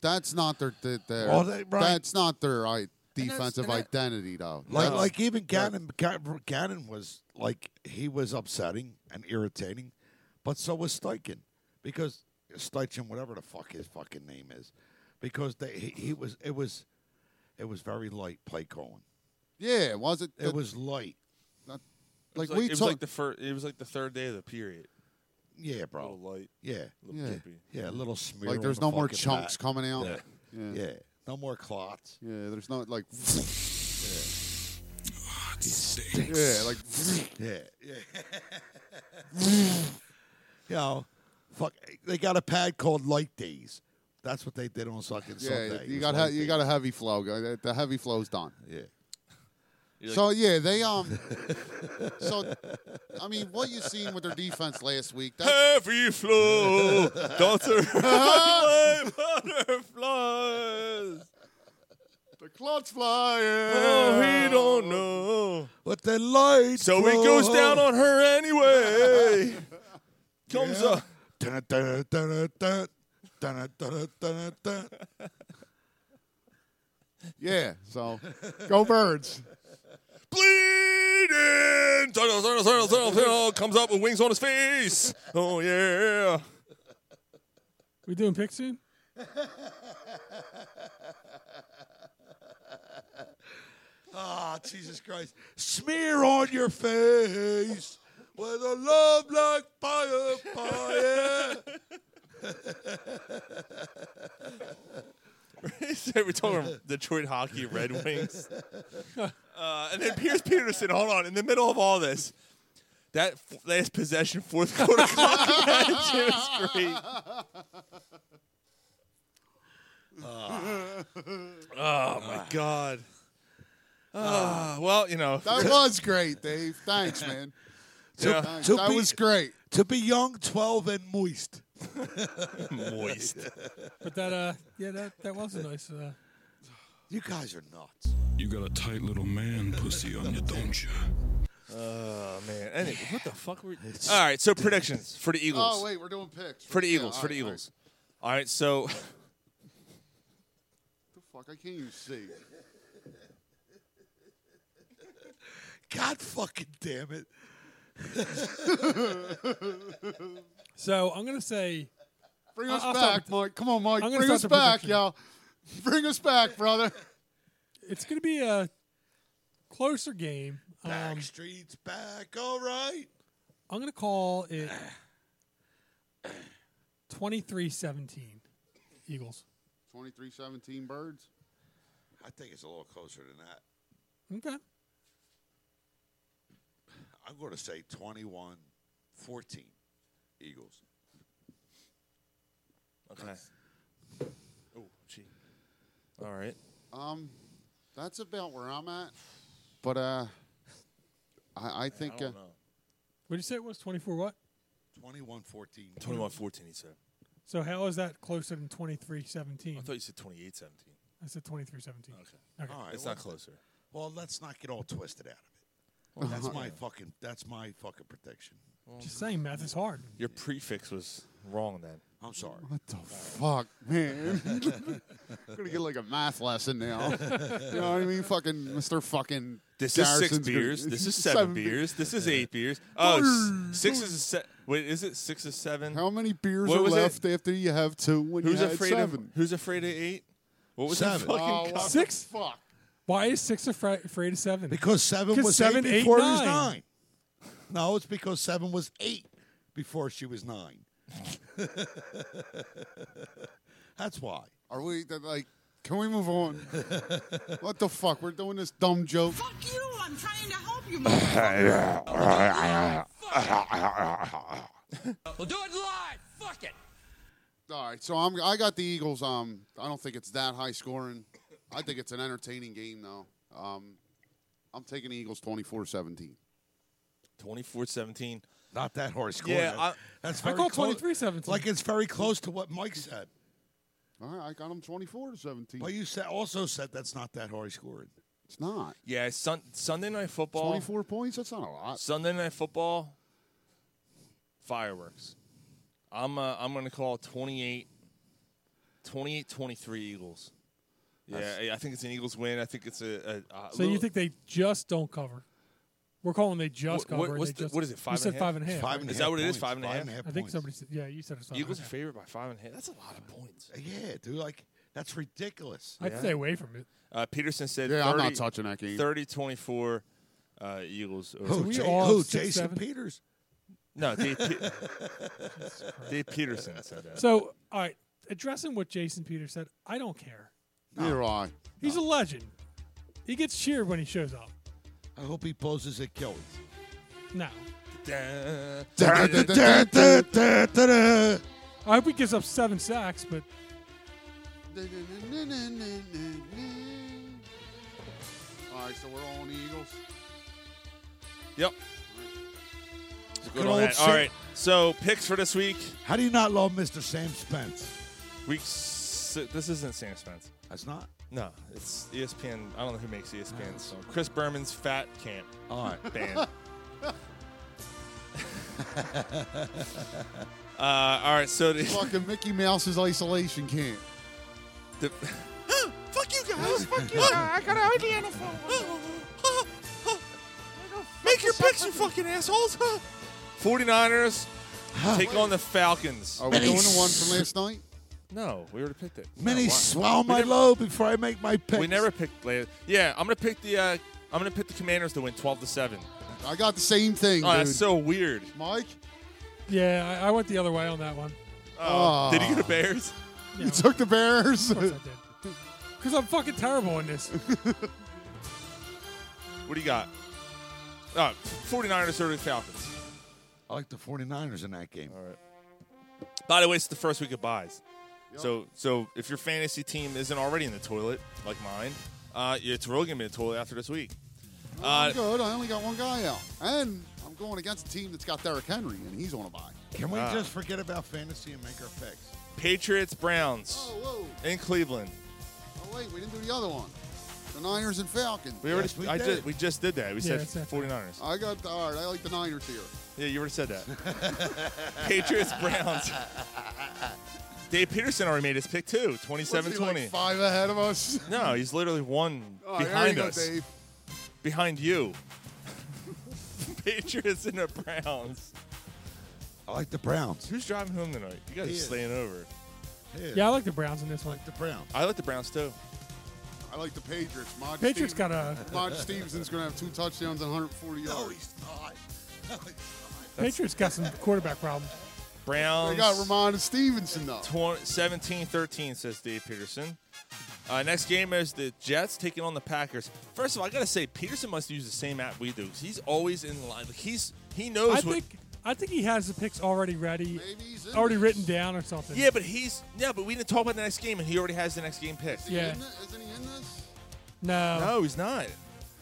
Speaker 5: that's not their, their, their
Speaker 9: Well, they- right.
Speaker 5: that's not their I,
Speaker 8: that's-
Speaker 5: defensive
Speaker 8: and that-
Speaker 5: identity though.
Speaker 9: Like,
Speaker 5: That's-
Speaker 9: like even Gannon, Ga- Gannon was like he was upsetting and irritating, but so was Steichen because Steichen, whatever the fuck his fucking name is, because they he, he was it was it was very light play calling.
Speaker 5: yeah, was it?
Speaker 9: It was light.
Speaker 8: It
Speaker 5: like
Speaker 8: was
Speaker 5: we
Speaker 8: it was
Speaker 5: talk-
Speaker 8: like the first. It was like the third day of the period.
Speaker 9: Yeah,
Speaker 8: A
Speaker 9: bro.
Speaker 8: little light.
Speaker 9: Yeah,
Speaker 8: A little
Speaker 5: Yeah.
Speaker 8: drippy.
Speaker 9: yeah. A little smear.
Speaker 5: Like,
Speaker 9: on
Speaker 5: there's
Speaker 9: the
Speaker 5: no more
Speaker 9: fucking
Speaker 5: chunks
Speaker 9: back.
Speaker 5: coming out.
Speaker 9: Yeah.
Speaker 5: Yeah.
Speaker 9: yeah, no more clots.
Speaker 5: yeah, there's no like
Speaker 12: Stinks.
Speaker 5: yeah, like
Speaker 9: Yeah. yeah. you know, fuck. They got a pad called Light Days. That's what they did on fucking
Speaker 5: yeah,
Speaker 9: Sunday. It
Speaker 5: you
Speaker 9: was
Speaker 5: got
Speaker 9: Light
Speaker 5: he- you
Speaker 9: Days.
Speaker 5: got a heavy flow. guy. The- The heavy flow's done.
Speaker 9: Yeah.
Speaker 8: You're
Speaker 5: so yeah, they um, so I mean, what you seen with their defense last week? That's,
Speaker 8: Heavy flow, daughter, butterflies.
Speaker 5: the clots flying.
Speaker 8: Oh, he don't know.
Speaker 9: But the light.
Speaker 8: So he goes down on her anyway. Comes up.
Speaker 9: Dun, dun, dun, dun, dun, dun, dun, dun.
Speaker 5: Yeah, so go birds.
Speaker 8: Bleeding. Turtle, turtle, turtle, turtle, turtle. Comes up with wings on his face. Oh, yeah.
Speaker 10: We doing pick soon?
Speaker 9: Ah, Jesus Christ. Smear on your face with a love like fire, fire.
Speaker 8: We're talking about Detroit hockey Red Wings. Uh, and then Pierce Peterson, hold on, in the middle of all this, that f- last possession, fourth quarter clock, man, it was great. Ah. oh my God. Ah, well, you know
Speaker 5: That was great, Dave. Thanks, man. Thanks. that was great.
Speaker 9: To be young, twelve, and moist.
Speaker 8: Moist.
Speaker 10: But that, uh, yeah, that that was a nice. Uh,
Speaker 9: you guys are nuts.
Speaker 12: You got a tight little man pussy on you, don't you?
Speaker 8: Oh man. Any- what the fuck were All right, so predictions for the Eagles.
Speaker 5: Oh wait, we're doing picks
Speaker 8: For the
Speaker 5: Yeah,
Speaker 8: Eagles,
Speaker 5: all
Speaker 8: for the
Speaker 5: right, all right.
Speaker 8: Eagles. All right, so
Speaker 5: The fuck, I can't even see.
Speaker 9: God fucking damn it.
Speaker 10: so I'm gonna say
Speaker 5: Bring
Speaker 10: I'll-
Speaker 5: us
Speaker 10: I'll start
Speaker 5: back,
Speaker 10: with-
Speaker 5: Mike. Come on, Mike.
Speaker 10: I'm gonna
Speaker 5: Bring
Speaker 10: start
Speaker 5: us
Speaker 10: the
Speaker 5: back,
Speaker 10: prediction.
Speaker 5: y'all. Bring us back, brother.
Speaker 10: it's gonna be a closer game. Um,
Speaker 9: Back streets back, all right.
Speaker 10: I'm gonna call it 23-17 Eagles.
Speaker 5: 23-17 birds.
Speaker 9: I think it's a little closer than that.
Speaker 10: Okay.
Speaker 9: I'm going to say 21 14 Eagles.
Speaker 8: Okay. Oh, gee. All right.
Speaker 5: Um, that's about where I'm at. But uh, I, I think uh,
Speaker 10: What did you say it was? 24 what?
Speaker 9: 21 14.
Speaker 8: 21-14, he said.
Speaker 10: So how is that closer than 23-17?
Speaker 8: I thought you said 28-17.
Speaker 10: I said 23-17. Okay.
Speaker 9: All right,
Speaker 8: It's not
Speaker 9: well,
Speaker 8: closer.
Speaker 9: Well, let's not get all twisted out of
Speaker 8: Uh-huh.
Speaker 9: it. That's my fucking that's my fucking prediction.
Speaker 10: Just saying, math is hard.
Speaker 8: Your prefix was wrong then.
Speaker 9: I'm sorry.
Speaker 5: what the fuck, man. I'm gonna get like a math lesson now. you know what I mean? Fucking Mr. Fucking.
Speaker 8: This is six
Speaker 5: Garrison's gonna-
Speaker 8: beers. This is seven,
Speaker 5: be-
Speaker 8: beers. This is eight beers. Oh, s- six is a se- wait. Is it six is seven?
Speaker 5: How many beers
Speaker 8: What
Speaker 5: are
Speaker 8: was it?
Speaker 5: left after you have two when
Speaker 8: Who's
Speaker 5: you had
Speaker 8: afraid of?
Speaker 5: seven?
Speaker 8: Who's afraid of eight? What was
Speaker 9: Seven.
Speaker 8: that
Speaker 5: Oh,
Speaker 8: fucking?
Speaker 5: what
Speaker 8: co-
Speaker 5: the
Speaker 10: Six?
Speaker 5: Fuck.
Speaker 10: Why is six afra- afraid of seven?
Speaker 9: Because 7
Speaker 10: 'Cause
Speaker 9: was
Speaker 10: seven,
Speaker 9: 8
Speaker 10: eight,
Speaker 9: before it was
Speaker 10: nine.
Speaker 9: 9. No, it's because 7 was 8 before she was 9. that's why.
Speaker 5: Are we that, like? Can we move on? what the fuck? We're doing this dumb joke.
Speaker 7: Fuck you! I'm trying to help you, motherfucker.
Speaker 11: We'll do it live. Fuck it.
Speaker 5: All right, so I'm I got the Eagles. Um, I don't think it's that high scoring. I think it's an entertaining game though. Um, I'm taking the Eagles 24-17.
Speaker 8: 24-17.
Speaker 9: Not that hard score.
Speaker 8: Yeah,
Speaker 9: That-
Speaker 8: I-
Speaker 9: that's
Speaker 10: I
Speaker 9: very
Speaker 10: call
Speaker 9: close.
Speaker 10: 23-17.
Speaker 9: Like it's very close to what Mike said.
Speaker 5: All right, I got them 24-17.
Speaker 9: But you said also said that's not that hard scoring.
Speaker 5: it's not
Speaker 8: Yeah, sun- Sunday night football.
Speaker 5: 24 points. That's not a lot.
Speaker 8: Sunday night football. Fireworks. I'm uh, I'm gonna call 28, 28-23 Eagles. Yeah, I- I think it's an Eagles win. I think it's a. a, a
Speaker 10: so
Speaker 8: little-
Speaker 10: you think they just don't cover? We're calling they
Speaker 8: What-
Speaker 10: just cover.
Speaker 8: what-
Speaker 10: and
Speaker 8: what's
Speaker 10: they
Speaker 8: the-
Speaker 10: just-
Speaker 8: what is it, five
Speaker 10: you
Speaker 8: and a
Speaker 10: said
Speaker 8: half?
Speaker 10: five and a half.
Speaker 9: Five and a
Speaker 8: Is
Speaker 9: half
Speaker 8: that what it is?
Speaker 9: points,
Speaker 8: Five and a half?
Speaker 10: I think somebody said, yeah, you said it's five
Speaker 8: Eagles are
Speaker 10: and a half.
Speaker 8: favored by five and a half. That's a lot of points.
Speaker 9: Yeah, dude, like that's ridiculous.
Speaker 10: I'd stay away from it.
Speaker 8: Uh, Peterson said,
Speaker 5: Yeah,
Speaker 8: 30,
Speaker 5: I'm not touching that game.
Speaker 8: 30-24 uh, Eagles. Over
Speaker 10: we
Speaker 9: Who, Ja-
Speaker 10: all
Speaker 9: who,
Speaker 10: six,
Speaker 9: Jason
Speaker 10: seven?
Speaker 9: Peters?
Speaker 8: No, Dave, Pe- Dave Peterson said that.
Speaker 10: So, all right, addressing what Jason Peters said, I don't care.
Speaker 5: Neither do I.
Speaker 10: He's a legend. He gets cheered when he shows up.
Speaker 9: I hope he poses a kilt.
Speaker 10: No.
Speaker 8: Dun,
Speaker 5: Da- da- da- da-
Speaker 10: I hope he gives up seven sacks, but
Speaker 5: All right, so we're all on the Eagles.
Speaker 8: Yep. It's a
Speaker 9: Good
Speaker 8: Good on
Speaker 9: old
Speaker 8: that. All
Speaker 9: Sid.
Speaker 8: right. So picks for this week.
Speaker 9: How do you not love Mr. Sam Spence?
Speaker 8: Week. s- This isn't Sam Spence.
Speaker 9: That's not.
Speaker 8: No, it's E ESPN. I don't know who makes E ESPN. So Chris Berman's Fat Camp
Speaker 11: Oh.
Speaker 9: All right.
Speaker 8: band. uh, Uh, all right. So the,
Speaker 5: Fucking Mickey Mouse's isolation camp.
Speaker 8: the
Speaker 11: Fuck you guys. Fuck you
Speaker 7: I got an idea in
Speaker 8: make your picks, you fucking assholes. 49ers take on the Falcons.
Speaker 11: Oh.
Speaker 5: Are we doing the one from last night?
Speaker 8: No, we already picked it.
Speaker 9: Many
Speaker 8: No, why?
Speaker 9: swallow my
Speaker 8: never-
Speaker 9: lobe before I make my picks.
Speaker 8: We never picked. la- Yeah, I'm gonna pick the. Uh, I'm gonna pick the Commanders to win 12 to seven.
Speaker 5: I got the same thing,
Speaker 8: Oh,
Speaker 5: dude.
Speaker 8: that's so weird.
Speaker 5: Mike,
Speaker 10: yeah, I, I went the other way on that one.
Speaker 8: Oh,
Speaker 5: Aw.
Speaker 8: did he get a Bears?
Speaker 10: Yeah,
Speaker 5: you took the Bears.
Speaker 10: of course I did. Because I'm fucking terrible in this.
Speaker 8: What do you got? Uh, 49ers or the Falcons.
Speaker 9: I like the 49ers in that game.
Speaker 8: By the way, it's the first week of buys. So so if your fantasy team isn't already in the toilet like mine, uh, it's really gonna be in the toilet after this week.
Speaker 5: I'm
Speaker 8: Uh,
Speaker 5: good. I only got one guy out, and I'm going against a team that's got Derrick Henry, and he's on a bye.
Speaker 9: Can we
Speaker 8: Ah.
Speaker 9: just forget about fantasy and make our picks?
Speaker 8: Patriots Browns
Speaker 5: Oh,
Speaker 8: in Cleveland.
Speaker 5: Oh wait, we didn't do the other one. The Niners and Falcons.
Speaker 8: We already I just we just did that. We
Speaker 5: Yeah, Uh.
Speaker 8: said
Speaker 5: it's not
Speaker 8: 49ers.
Speaker 5: I got all right. I like the Niners here.
Speaker 8: Yeah, you already said that. Patriots Browns. Dave Peterson already made his pick too. 27
Speaker 5: Was he,
Speaker 8: 20.
Speaker 5: like, five ahead of us.
Speaker 8: No, he's literally one
Speaker 5: All right,
Speaker 8: behind
Speaker 5: Oh, there you go,
Speaker 8: us.
Speaker 5: Dave.
Speaker 8: Behind you. Patriots and the Browns.
Speaker 9: I like the Browns.
Speaker 8: Who's driving home tonight? You guys
Speaker 9: He
Speaker 8: are
Speaker 9: is.
Speaker 8: staying over.
Speaker 10: Yeah, I like the Browns in this one.
Speaker 9: the Browns.
Speaker 8: I like the Browns too.
Speaker 5: I like the Patriots. Mod
Speaker 10: Patriots
Speaker 5: Steven-
Speaker 10: got a-
Speaker 5: Mod Stevenson's going to have two touchdowns and 140 yards.
Speaker 9: Oh,
Speaker 5: No, he's
Speaker 9: not.
Speaker 10: Patriots got some quarterback problems.
Speaker 8: Browns.
Speaker 5: They got Ramon Stevenson though.
Speaker 8: 20, 17 13, says Dave Peterson. Uh, next game is the Jets taking on the Packers. First of all, I gotta say Peterson must use the same app we do. 'cause He's always in line. Like he's he knows
Speaker 10: I
Speaker 8: what.
Speaker 10: think I think he has the picks already ready, already written down or something.
Speaker 8: yeah, but he's yeah, but we didn't talk about the next game, and he already has the next game picked.
Speaker 10: Yeah.
Speaker 5: Isn't he in this?
Speaker 10: No.
Speaker 8: no, Um, he's not.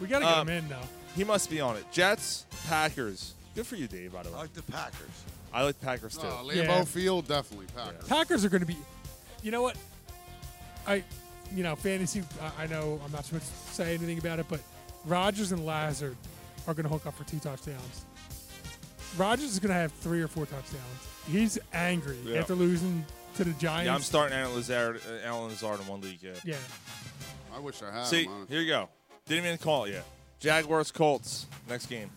Speaker 10: We gotta get him in though.
Speaker 8: He must be on it. Jets, Packers. Good for you, Dave. By the way, I
Speaker 9: like the Packers.
Speaker 8: I like the Packers too.
Speaker 5: Oh, Lambeau Field definitely Packers.
Speaker 10: Packers are going to be. You know what? I, you know, fantasy. I, I know I'm not supposed to say anything about it, but Rodgers and Lazard are going to hook up for two touchdowns. Rodgers is going to have three or four touchdowns. He's angry
Speaker 8: Yeah.
Speaker 10: after losing to the Giants.
Speaker 8: Yeah, I'm starting Alan Lazard, uh, Alan Lazard in one league. Yeah.
Speaker 10: Yeah.
Speaker 5: I wish I had
Speaker 8: See,
Speaker 5: him. honestly.
Speaker 8: here you go. Didn't even call it yet. Jaguars, Colts. Next game.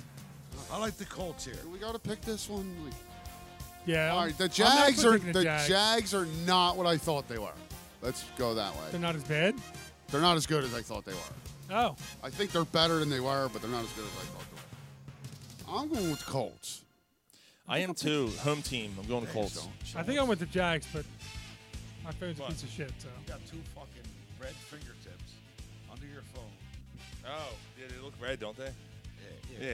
Speaker 9: I like the Colts here.
Speaker 5: Do we got to pick this one? Like,
Speaker 10: Yeah.
Speaker 5: All right, the
Speaker 10: I'm
Speaker 5: Jags
Speaker 10: definitely
Speaker 5: are
Speaker 10: taking
Speaker 5: the
Speaker 10: the
Speaker 5: Jags.
Speaker 10: Jags.
Speaker 5: are not what I thought they were. Let's go that way.
Speaker 10: They're not as bad.
Speaker 5: They're not as good as I thought they were.
Speaker 10: Oh.
Speaker 5: I think they're better than they were, but they're not as good as I thought they were. I'm going with Colts.
Speaker 8: I am too. Home team. I'm going to Colts.
Speaker 10: I think I went to Jags, but my phone's a piece of shit. So
Speaker 9: You got two fucking red fingertips under your phone.
Speaker 8: Oh, yeah, they look red, don't they?
Speaker 9: Yeah.
Speaker 8: Yeah.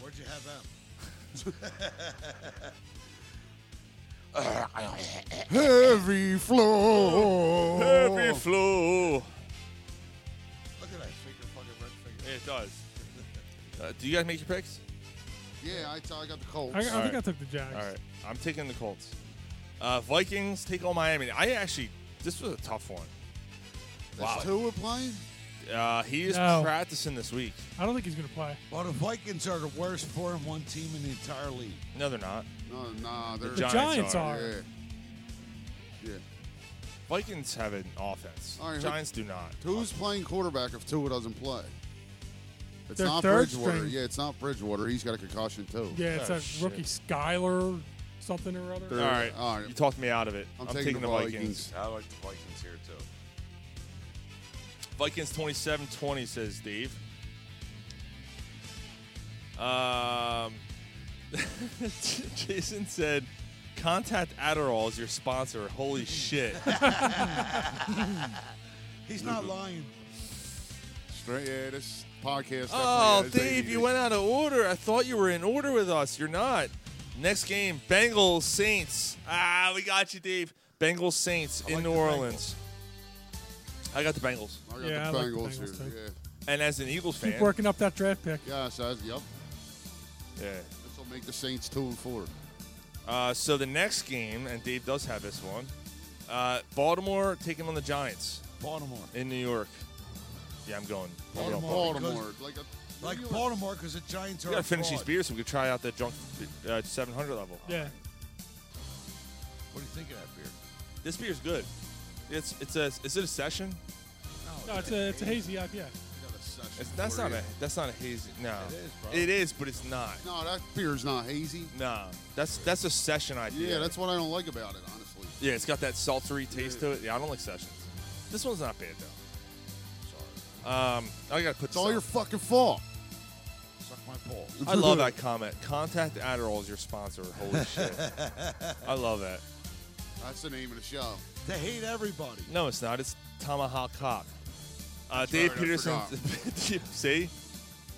Speaker 9: Where'd you have them?
Speaker 5: Heavy flow.
Speaker 8: Heavy flow.
Speaker 9: Look at that finger, fucking red finger.
Speaker 8: It does. Uh, do you guys make your picks?
Speaker 5: Yeah, I, t- I got the Colts.
Speaker 10: I, I think I
Speaker 8: Alright.
Speaker 10: took the Jags.
Speaker 8: All right. I'm taking the Colts. Uh, Vikings take on Miami. I actually, this was a tough one.
Speaker 5: That's two we're playing.
Speaker 8: Uh, he is
Speaker 10: No.
Speaker 8: practicing this week.
Speaker 10: I don't think he's going to play.
Speaker 9: Well, the Vikings are the worst four and one team in the entire league.
Speaker 8: No, they're not.
Speaker 5: No, nah, they're
Speaker 8: The Giants Giants are. are.
Speaker 5: Yeah. yeah.
Speaker 8: Vikings have an offense.
Speaker 5: All right,
Speaker 8: Giants do not.
Speaker 5: Who's playing quarterback if Tua doesn't play? It's
Speaker 10: Their
Speaker 5: not
Speaker 10: third
Speaker 5: Bridgewater.
Speaker 10: string.
Speaker 5: Yeah, it's not Bridgewater. He's got a concussion too.
Speaker 10: Yeah, it's
Speaker 8: Oh,
Speaker 10: a
Speaker 8: shit.
Speaker 10: rookie Skyler something or other.
Speaker 8: All right.
Speaker 5: All right.
Speaker 8: You talked me out of it.
Speaker 5: I'm
Speaker 8: I'm,
Speaker 5: taking
Speaker 8: taking,
Speaker 5: the
Speaker 8: the
Speaker 5: Vikings.
Speaker 8: Vikings.
Speaker 9: I like the Vikings here too.
Speaker 8: Vikings 27 20, says Dave. Um, Jason said, contact Adderall as your sponsor. Holy shit.
Speaker 9: He's not
Speaker 8: Mm-hmm.
Speaker 9: lying.
Speaker 5: Straight. Yeah, this podcast.
Speaker 8: oh,
Speaker 5: definitely is
Speaker 8: Dave,
Speaker 5: ADD.
Speaker 8: you went out of order. I thought you were in order with us. You're not. Next game Bengals, Saints. Ah, we got you, Dave. Bengals, Saints in New Orleans. I got the Bengals.
Speaker 5: I got
Speaker 10: Yeah, I
Speaker 5: the
Speaker 10: like the
Speaker 5: Bengals
Speaker 10: Bengals,
Speaker 5: here.
Speaker 10: too.
Speaker 5: Yeah.
Speaker 8: And as an Eagles fan,
Speaker 10: Keep working up that draft pick.
Speaker 5: Yeah, so that's, yep.
Speaker 8: yeah.
Speaker 5: This will make the Saints two and four.
Speaker 8: Uh, so the next game, and Dave does have this one. Uh, Baltimore taking on the Giants
Speaker 9: Baltimore.
Speaker 8: in New York. Yeah, I'm going.
Speaker 9: Baltimore.
Speaker 5: Baltimore,
Speaker 9: because-
Speaker 5: like uh, a
Speaker 9: Like Baltimore because the Giants are.
Speaker 8: We gotta
Speaker 9: a
Speaker 8: finish these
Speaker 9: fraud.
Speaker 8: beers so we can try out the drunk uh, 700 level.
Speaker 10: Yeah.
Speaker 9: What do you think of that beer?
Speaker 8: This beer's good. It's it's a is it a session?
Speaker 10: No, it's a it's a hazy IPA.
Speaker 8: It's, that's not a that's not a hazy. No,
Speaker 9: It is, bro.
Speaker 8: It is, but it's not.
Speaker 5: No, that beer's not hazy.
Speaker 8: No, that's that's a session idea.
Speaker 5: Yeah, that's what I don't like about it, honestly.
Speaker 8: yeah. It's got that saltery taste to it. Yeah, I don't like sessions. This one's not bad though. Um, I gotta put.
Speaker 5: It's
Speaker 8: this
Speaker 5: all
Speaker 8: on.
Speaker 5: your fucking fault.
Speaker 9: Suck my balls.
Speaker 8: I love that comment. Contact Adderall is your sponsor. Holy shit. I love that.
Speaker 5: That's the name of the show.
Speaker 9: They hate everybody.
Speaker 8: No, it's not. It's Tomahawk Cock. Uh, Dave
Speaker 5: right, I
Speaker 8: Peterson.
Speaker 5: forgot.
Speaker 8: see?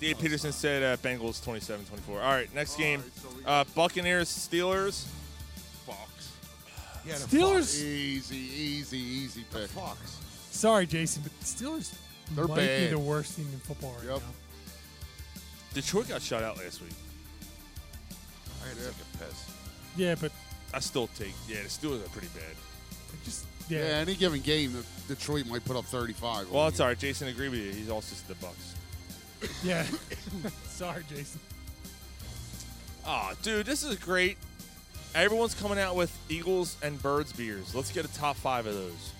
Speaker 8: Dave Peterson said uh, Bengals 27 24. All right, next game. uh, Buccaneers Steelers.
Speaker 5: Fox.
Speaker 9: Yeah, the
Speaker 10: Steelers-
Speaker 9: Fox.
Speaker 5: Easy, easy, easy pick.
Speaker 9: Fox.
Speaker 10: Sorry, Jason, but the Steelers
Speaker 5: They're
Speaker 10: might be
Speaker 5: bad.
Speaker 10: the worst team in football right now.
Speaker 8: Detroit got shut out last week. I had to take a piss.
Speaker 10: Yeah, but
Speaker 8: I still take. Yeah, the Steelers are pretty bad.
Speaker 10: just
Speaker 5: Yeah.
Speaker 10: Yeah.
Speaker 5: any given game, the- Detroit might put up 35.
Speaker 8: Well, it's all right. Jason agreed with you. He's also the Bucks.
Speaker 10: yeah. Sorry, Jason.
Speaker 8: Ah, dude, this is great. Everyone's coming out with Eagles and Birds beers. Let's get a top five of those.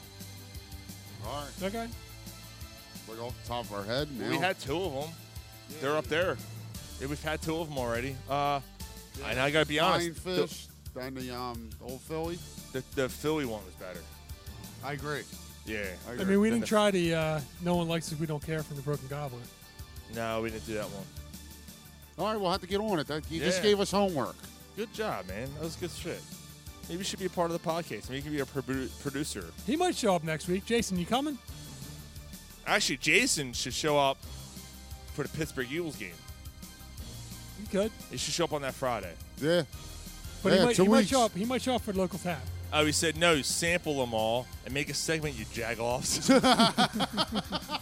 Speaker 5: All right.
Speaker 10: Okay.
Speaker 5: Like off the top of our head. Now.
Speaker 8: We had two of them. They're up there. Yeah, we've had two of them already. Uh, and I gotta be honest, the-
Speaker 5: Lionfish, then the um, old Philly.
Speaker 8: the, the Philly one was better.
Speaker 5: I agree.
Speaker 8: Yeah,
Speaker 10: I mean, we didn't try the uh, "No one likes us, we don't care" from the Broken Goblin.
Speaker 8: No, we didn't do that one.
Speaker 5: All right, we'll have to get on it. That, you just
Speaker 8: Yeah.
Speaker 5: gave us homework.
Speaker 8: Good job, man. That was good shit. Maybe you should be a part of the podcast. Maybe you can be a produ- producer.
Speaker 10: He might show up next week. Jason, you coming?
Speaker 8: Actually, Jason should show up for the Pittsburgh Eagles game.
Speaker 10: You could.
Speaker 8: He should show up on that Friday.
Speaker 5: Yeah.
Speaker 10: But
Speaker 5: Yeah,
Speaker 10: he, might,
Speaker 5: two
Speaker 10: he might
Speaker 5: weeks.
Speaker 10: show up. He might show up for the local tap.
Speaker 8: Oh, he said no. Sample them all and make a segment. You jagoffs.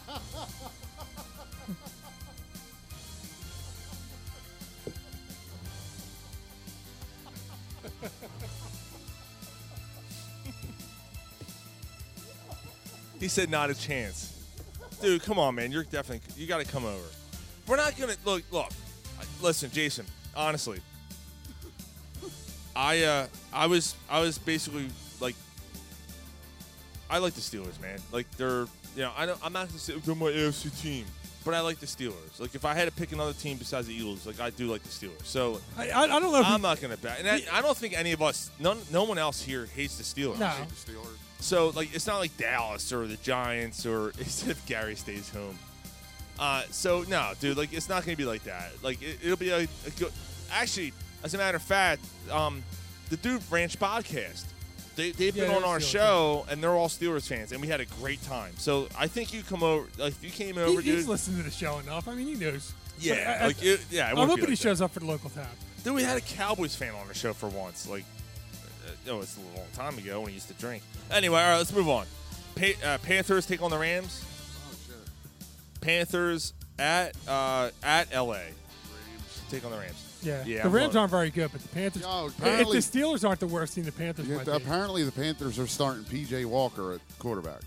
Speaker 8: he said not a chance. Dude, come on, man. You're definitely you got to come over. We're not gonna look. Look, listen, Jason. Honestly, I uh I was I was basically like I like the Steelers, man. Like they're you know I don't I'm not gonna say they're my AFC team, but I like the Steelers. Like if I had to pick another team besides the Eagles, like I do like the Steelers. So
Speaker 10: I- I- I don't know if
Speaker 8: I'm
Speaker 10: he-
Speaker 8: not gonna back, and I, I don't think any of us none no one else here hates the Steelers.
Speaker 10: No. I hate
Speaker 5: the Steelers.
Speaker 8: So like it's not like Dallas or the Giants or except if Gary stays home. Uh, so no, dude, like it's not gonna be like that. Like it, it'll be a, a good. Actually, as a matter of fact, um, the Dude Ranch podcast, they they've
Speaker 10: Yeah,
Speaker 8: been on
Speaker 10: they're
Speaker 8: our
Speaker 10: Steelers
Speaker 8: show and they're all Steelers fans and we had a great time. So I think you come over. Like, if you came
Speaker 10: He-
Speaker 8: over,
Speaker 10: he's
Speaker 8: dude.
Speaker 10: listened to the show enough. I mean, he knows.
Speaker 8: Yeah,
Speaker 10: But I-
Speaker 8: like, it- yeah, it
Speaker 10: I'm
Speaker 8: won't be
Speaker 10: hoping
Speaker 8: like
Speaker 10: he
Speaker 8: that.
Speaker 10: shows up for the local tap.
Speaker 8: Then we had a Cowboys fan on the show for once. Like, uh, oh, it's a long time ago when he used to drink. Anyway, all right, let's move on. Pa- uh, Panthers take on the Rams. Panthers at uh, at LA. Take on the Rams.
Speaker 10: Yeah,
Speaker 8: yeah.
Speaker 10: the
Speaker 8: I'm
Speaker 10: Rams
Speaker 8: on-
Speaker 10: aren't very good, but the Panthers.
Speaker 5: No,
Speaker 10: if
Speaker 5: apparently-
Speaker 10: the Steelers aren't the worst team, the Panthers
Speaker 5: Yeah,
Speaker 10: might be.
Speaker 5: apparently, the Panthers are starting PJ Walker at quarterback.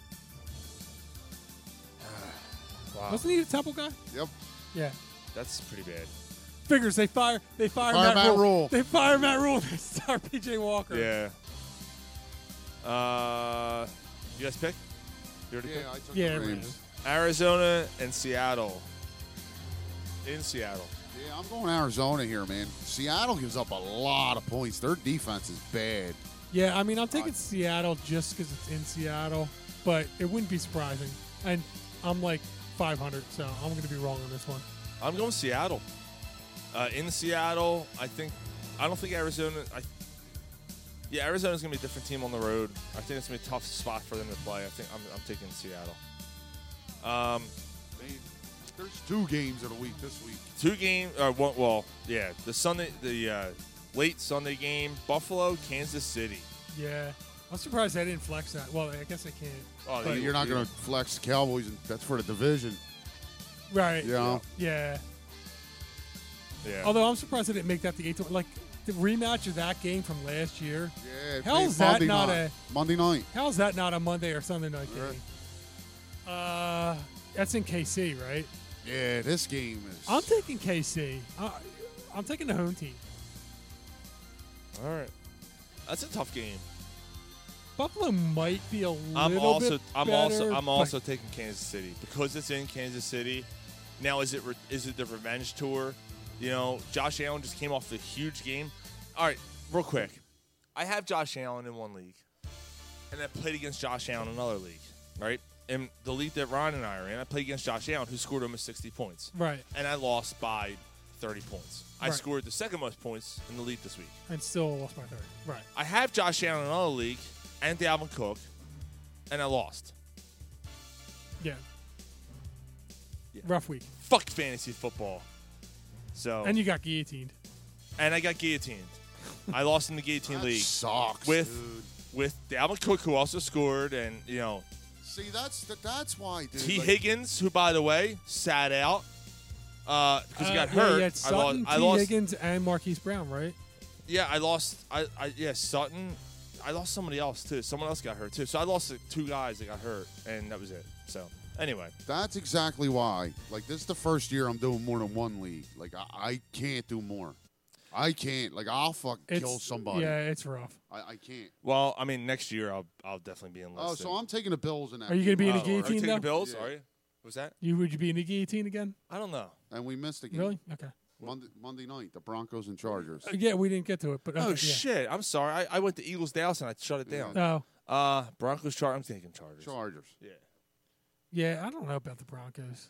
Speaker 8: Wow.
Speaker 10: Wasn't he a Temple guy?
Speaker 5: Yep.
Speaker 10: Yeah.
Speaker 8: That's pretty bad.
Speaker 10: Figures they fire they fire,
Speaker 8: Fire
Speaker 10: Matt,
Speaker 8: Matt
Speaker 10: Rule.
Speaker 8: Rule.
Speaker 10: They fire Matt Rule. They start PJ Walker.
Speaker 8: Yeah. Uh, you guys pick? You already
Speaker 5: Yeah,
Speaker 8: picked?
Speaker 5: I took
Speaker 10: Yeah, the Rams. Rams.
Speaker 8: Arizona and Seattle. In Seattle.
Speaker 5: Yeah, I'm going Arizona here, man. Seattle gives up a lot of points. Their defense is bad.
Speaker 10: Yeah, I mean, I'm taking Seattle just because it's in Seattle, but it wouldn't be surprising. And I'm like 500, so I'm going to be wrong on this one.
Speaker 8: I'm going Seattle. Uh, in Seattle, I think. I don't think Arizona. I, yeah, Arizona's gonna be a different team on the road. I think it's gonna be a tough spot for them to play. I think I'm, I'm taking Seattle. Um,
Speaker 5: There's two games of the week this week.
Speaker 8: two game. Uh, one, well, yeah, the Sunday, the uh, late Sunday game, Buffalo, Kansas City.
Speaker 10: Yeah. I'm surprised I didn't flex that. Well, I guess I can't.
Speaker 8: Oh,
Speaker 5: But
Speaker 8: the
Speaker 5: you're not going
Speaker 8: Eagles-
Speaker 5: to flex the Cowboys, and that's for the division.
Speaker 10: Right.
Speaker 5: Yeah.
Speaker 10: Yeah.
Speaker 8: Yeah.
Speaker 10: Although I'm surprised I didn't make that the eighth one. Like, the rematch of that game from last year.
Speaker 5: Yeah. it
Speaker 10: How's
Speaker 5: beat
Speaker 10: that
Speaker 5: Monday
Speaker 10: not
Speaker 5: night. Monday night?
Speaker 10: a How's that not a Monday or Sunday night game? Uh, that's in KC, right?
Speaker 5: Yeah, this game is.
Speaker 10: I'm taking KC. I, I'm taking the home team.
Speaker 8: All right, that's a tough game.
Speaker 10: Buffalo might be a
Speaker 8: I'm
Speaker 10: little
Speaker 8: also
Speaker 10: bit
Speaker 8: I'm
Speaker 10: better,
Speaker 8: also I'm
Speaker 10: but-
Speaker 8: also taking Kansas City because it's in Kansas City. Now is it re- is it the revenge tour? You know, Josh Allen just came off the huge game. All right, real quick. I have Josh Allen in one league, and I played against Josh Allen in another league, right? And the league that Ryan and I are in, I played against Josh Allen, who scored almost 60 points.
Speaker 10: Right.
Speaker 8: And I lost by 30 points. I
Speaker 10: Right.
Speaker 8: scored the second most points in the league this week.
Speaker 10: and still lost by third. Right.
Speaker 8: I have Josh Allen in another league and Dalvin Cook, and I lost.
Speaker 10: Yeah. Rough week.
Speaker 8: fuck fantasy football. So
Speaker 10: And you got guillotined.
Speaker 8: and I got guillotined. I lost in the guillotine league.
Speaker 5: Sucks.
Speaker 8: with with Dalvin Cook, who also scored, and you know
Speaker 5: See, that's th- that's why, dude.
Speaker 8: T.
Speaker 5: like-
Speaker 8: Higgins, who by the way sat out because he got
Speaker 10: Uh,
Speaker 8: hurt.
Speaker 10: Yeah, you had
Speaker 8: I lost.
Speaker 10: Sutton,
Speaker 8: I
Speaker 10: T.
Speaker 8: lost.
Speaker 10: Higgins, and Marquise Brown, right?
Speaker 8: Yeah, I lost. I, I yeah Sutton. I lost somebody else too. Someone else got hurt too. So I lost like, two guys that got hurt, and that was it. So anyway,
Speaker 5: That's exactly why. Like this is the first year I'm doing more than one league. Like I, I can't do more. I can't. Like I'll fuck kill somebody.
Speaker 10: it's rough.
Speaker 5: I, I can't.
Speaker 8: Well, I mean, next year I'll I'll definitely be
Speaker 5: Oh,
Speaker 8: enlisted.
Speaker 5: so I'm taking the Bills in that.
Speaker 10: Are you gonna be in the
Speaker 5: game.
Speaker 10: guillotine,
Speaker 8: Are you taking
Speaker 10: though?
Speaker 8: the Bills?
Speaker 10: Yeah.
Speaker 8: Are you? Was that?
Speaker 10: You would you be in the guillotine again?
Speaker 8: I don't know.
Speaker 5: And we missed the game.
Speaker 10: Really? Okay.
Speaker 5: Monday, Monday night, the Broncos and Chargers.
Speaker 10: Uh, yeah, we didn't get to it, but okay,
Speaker 8: oh
Speaker 10: yeah.
Speaker 8: shit! I'm sorry. I, I went to Eagles Dallas and I shut it down.
Speaker 10: Oh.
Speaker 8: Uh, Broncos Chargers. I'm thinking Chargers.
Speaker 5: Chargers.
Speaker 8: Yeah.
Speaker 10: Yeah, I don't know about the Broncos.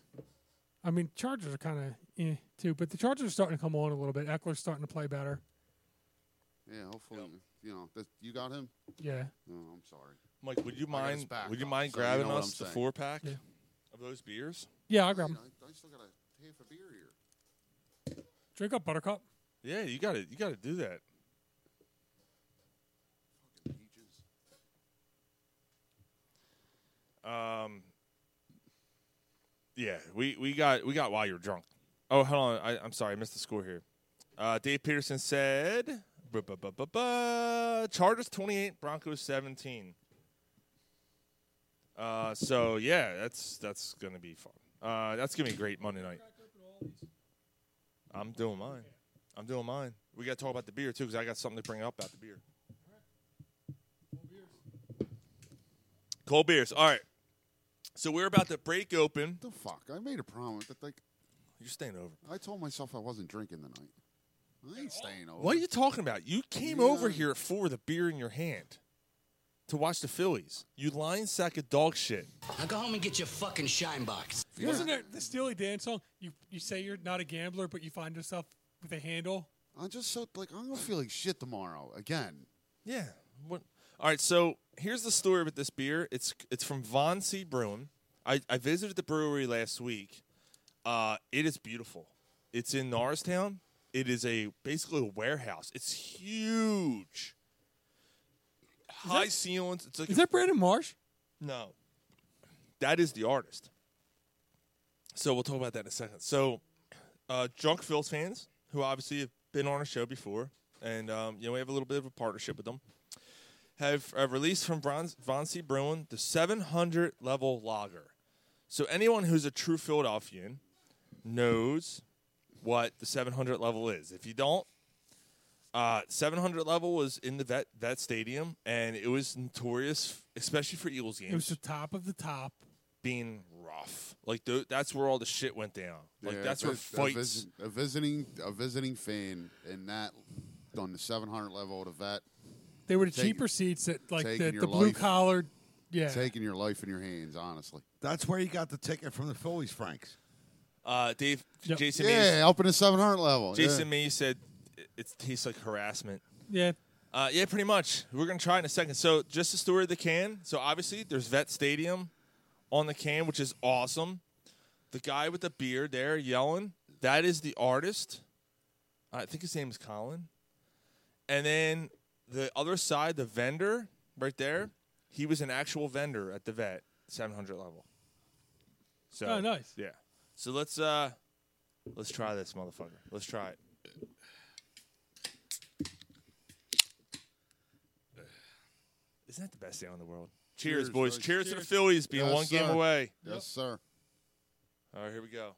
Speaker 10: I mean, Chargers are kind of eh, too, but the Chargers are starting to come on a little bit. Eckler's starting to play better.
Speaker 5: Yeah, hopefully, you know, that, you got him.
Speaker 10: Yeah.
Speaker 5: No, I'm sorry.
Speaker 8: Mike, would you
Speaker 5: I got his
Speaker 8: mind?
Speaker 5: back
Speaker 8: Would you
Speaker 5: up,
Speaker 8: mind
Speaker 5: so you know
Speaker 8: grabbing
Speaker 5: what
Speaker 8: us
Speaker 5: I'm
Speaker 8: the
Speaker 5: saying.
Speaker 8: four pack
Speaker 10: Yeah.
Speaker 8: of those beers?
Speaker 10: Yeah, I'll grab 'em.
Speaker 5: I, I still got a half a beer here.
Speaker 10: Drink up, Buttercup.
Speaker 8: Yeah, you got to You got to do that. Um. Yeah, we, we got we got while you're drunk. Oh, hold on. I, I'm sorry, I missed the score here. Uh, Dave Peterson said, bu- bu- bu- bu- bu, "Chargers 28, Broncos 17." Uh, so yeah, that's that's gonna be fun. Uh, that's gonna be great Monday night. I'm doing mine. I'm doing mine. We got to talk about the beer too, because I got something to bring up about the beer. Cold beers. All right. So we're about to break open.
Speaker 5: The fuck! I made a promise that like
Speaker 8: you're staying over.
Speaker 5: I told myself I wasn't drinking tonight. I ain't staying over.
Speaker 8: What are you talking about? You came
Speaker 5: Yeah.
Speaker 8: over here for the beer in your hand to watch the Phillies. You lying sack of dog shit.
Speaker 13: Now go home and get your fucking shine box.
Speaker 10: Wasn't there the Steely Dan song? You you say you're not a gambler, but you find yourself with a handle.
Speaker 5: I'm just so like I'm gonna feel like shit tomorrow again.
Speaker 8: Yeah. What? All right. So here's the story about this beer. It's it's from Von C Brewing. I, I visited the brewery last week. Uh, it is beautiful. It's in Norristown. It is a basically a warehouse. It's huge. High ceilings. It's like
Speaker 10: Is that Brandon Marsh?
Speaker 8: no. That is the artist. So we'll talk about that in a second. So, uh, Drunk Phil's fans, who obviously have been on our show before, and um, you know we have a little bit of a partnership with them, have uh, released from Bronze, Von C. Bruin the 700 level lager. So anyone who's a true Philadelphian knows what the 700 level is. If you don't, uh, 700 level was in the vet that stadium, and it was notorious, especially for Eagles games
Speaker 10: It was the top of the top.
Speaker 8: being rough. Like tho- that's where all the shit went down. Like
Speaker 5: Yeah,
Speaker 8: that's
Speaker 5: a
Speaker 8: where
Speaker 5: vis-
Speaker 8: fights.
Speaker 5: A, vis- a visiting a visiting fan in that on the 700 level at a vet.
Speaker 10: They were the
Speaker 5: Taking-
Speaker 10: cheaper seats at like
Speaker 5: taking
Speaker 10: the,
Speaker 5: your
Speaker 10: the blue
Speaker 5: life-
Speaker 10: collared. Yeah.
Speaker 5: taking your life in your hands, honestly.
Speaker 9: That's where you got the ticket from the Phillies, Franks.
Speaker 8: uh, Dave, Jason,
Speaker 5: yeah,
Speaker 8: Mays,
Speaker 5: up in the 700 level.
Speaker 8: Jason Mays said it, it tastes like harassment.
Speaker 10: Yeah.
Speaker 8: Uh, yeah, pretty much. We're gonna try in a second. So just the story of the can. So obviously there's Vet Stadium on the can, which is awesome. The guy with the beard there yelling, that is the artist. I think his name is Colin. And then the other side, the vendor right there, he was an actual vendor at the vet 700 level. So
Speaker 10: Oh, nice.
Speaker 8: Yeah. So let's uh let's try this motherfucker. Let's try it. Isn't that the best sound in the world? Cheers,
Speaker 5: Cheers,
Speaker 8: boys.
Speaker 5: boys.
Speaker 8: Cheers, to the
Speaker 5: Cheers.
Speaker 8: Phillies being
Speaker 5: Yes,
Speaker 8: one game
Speaker 5: sir.
Speaker 8: away.
Speaker 5: Yes, sir.
Speaker 8: All right, here we go.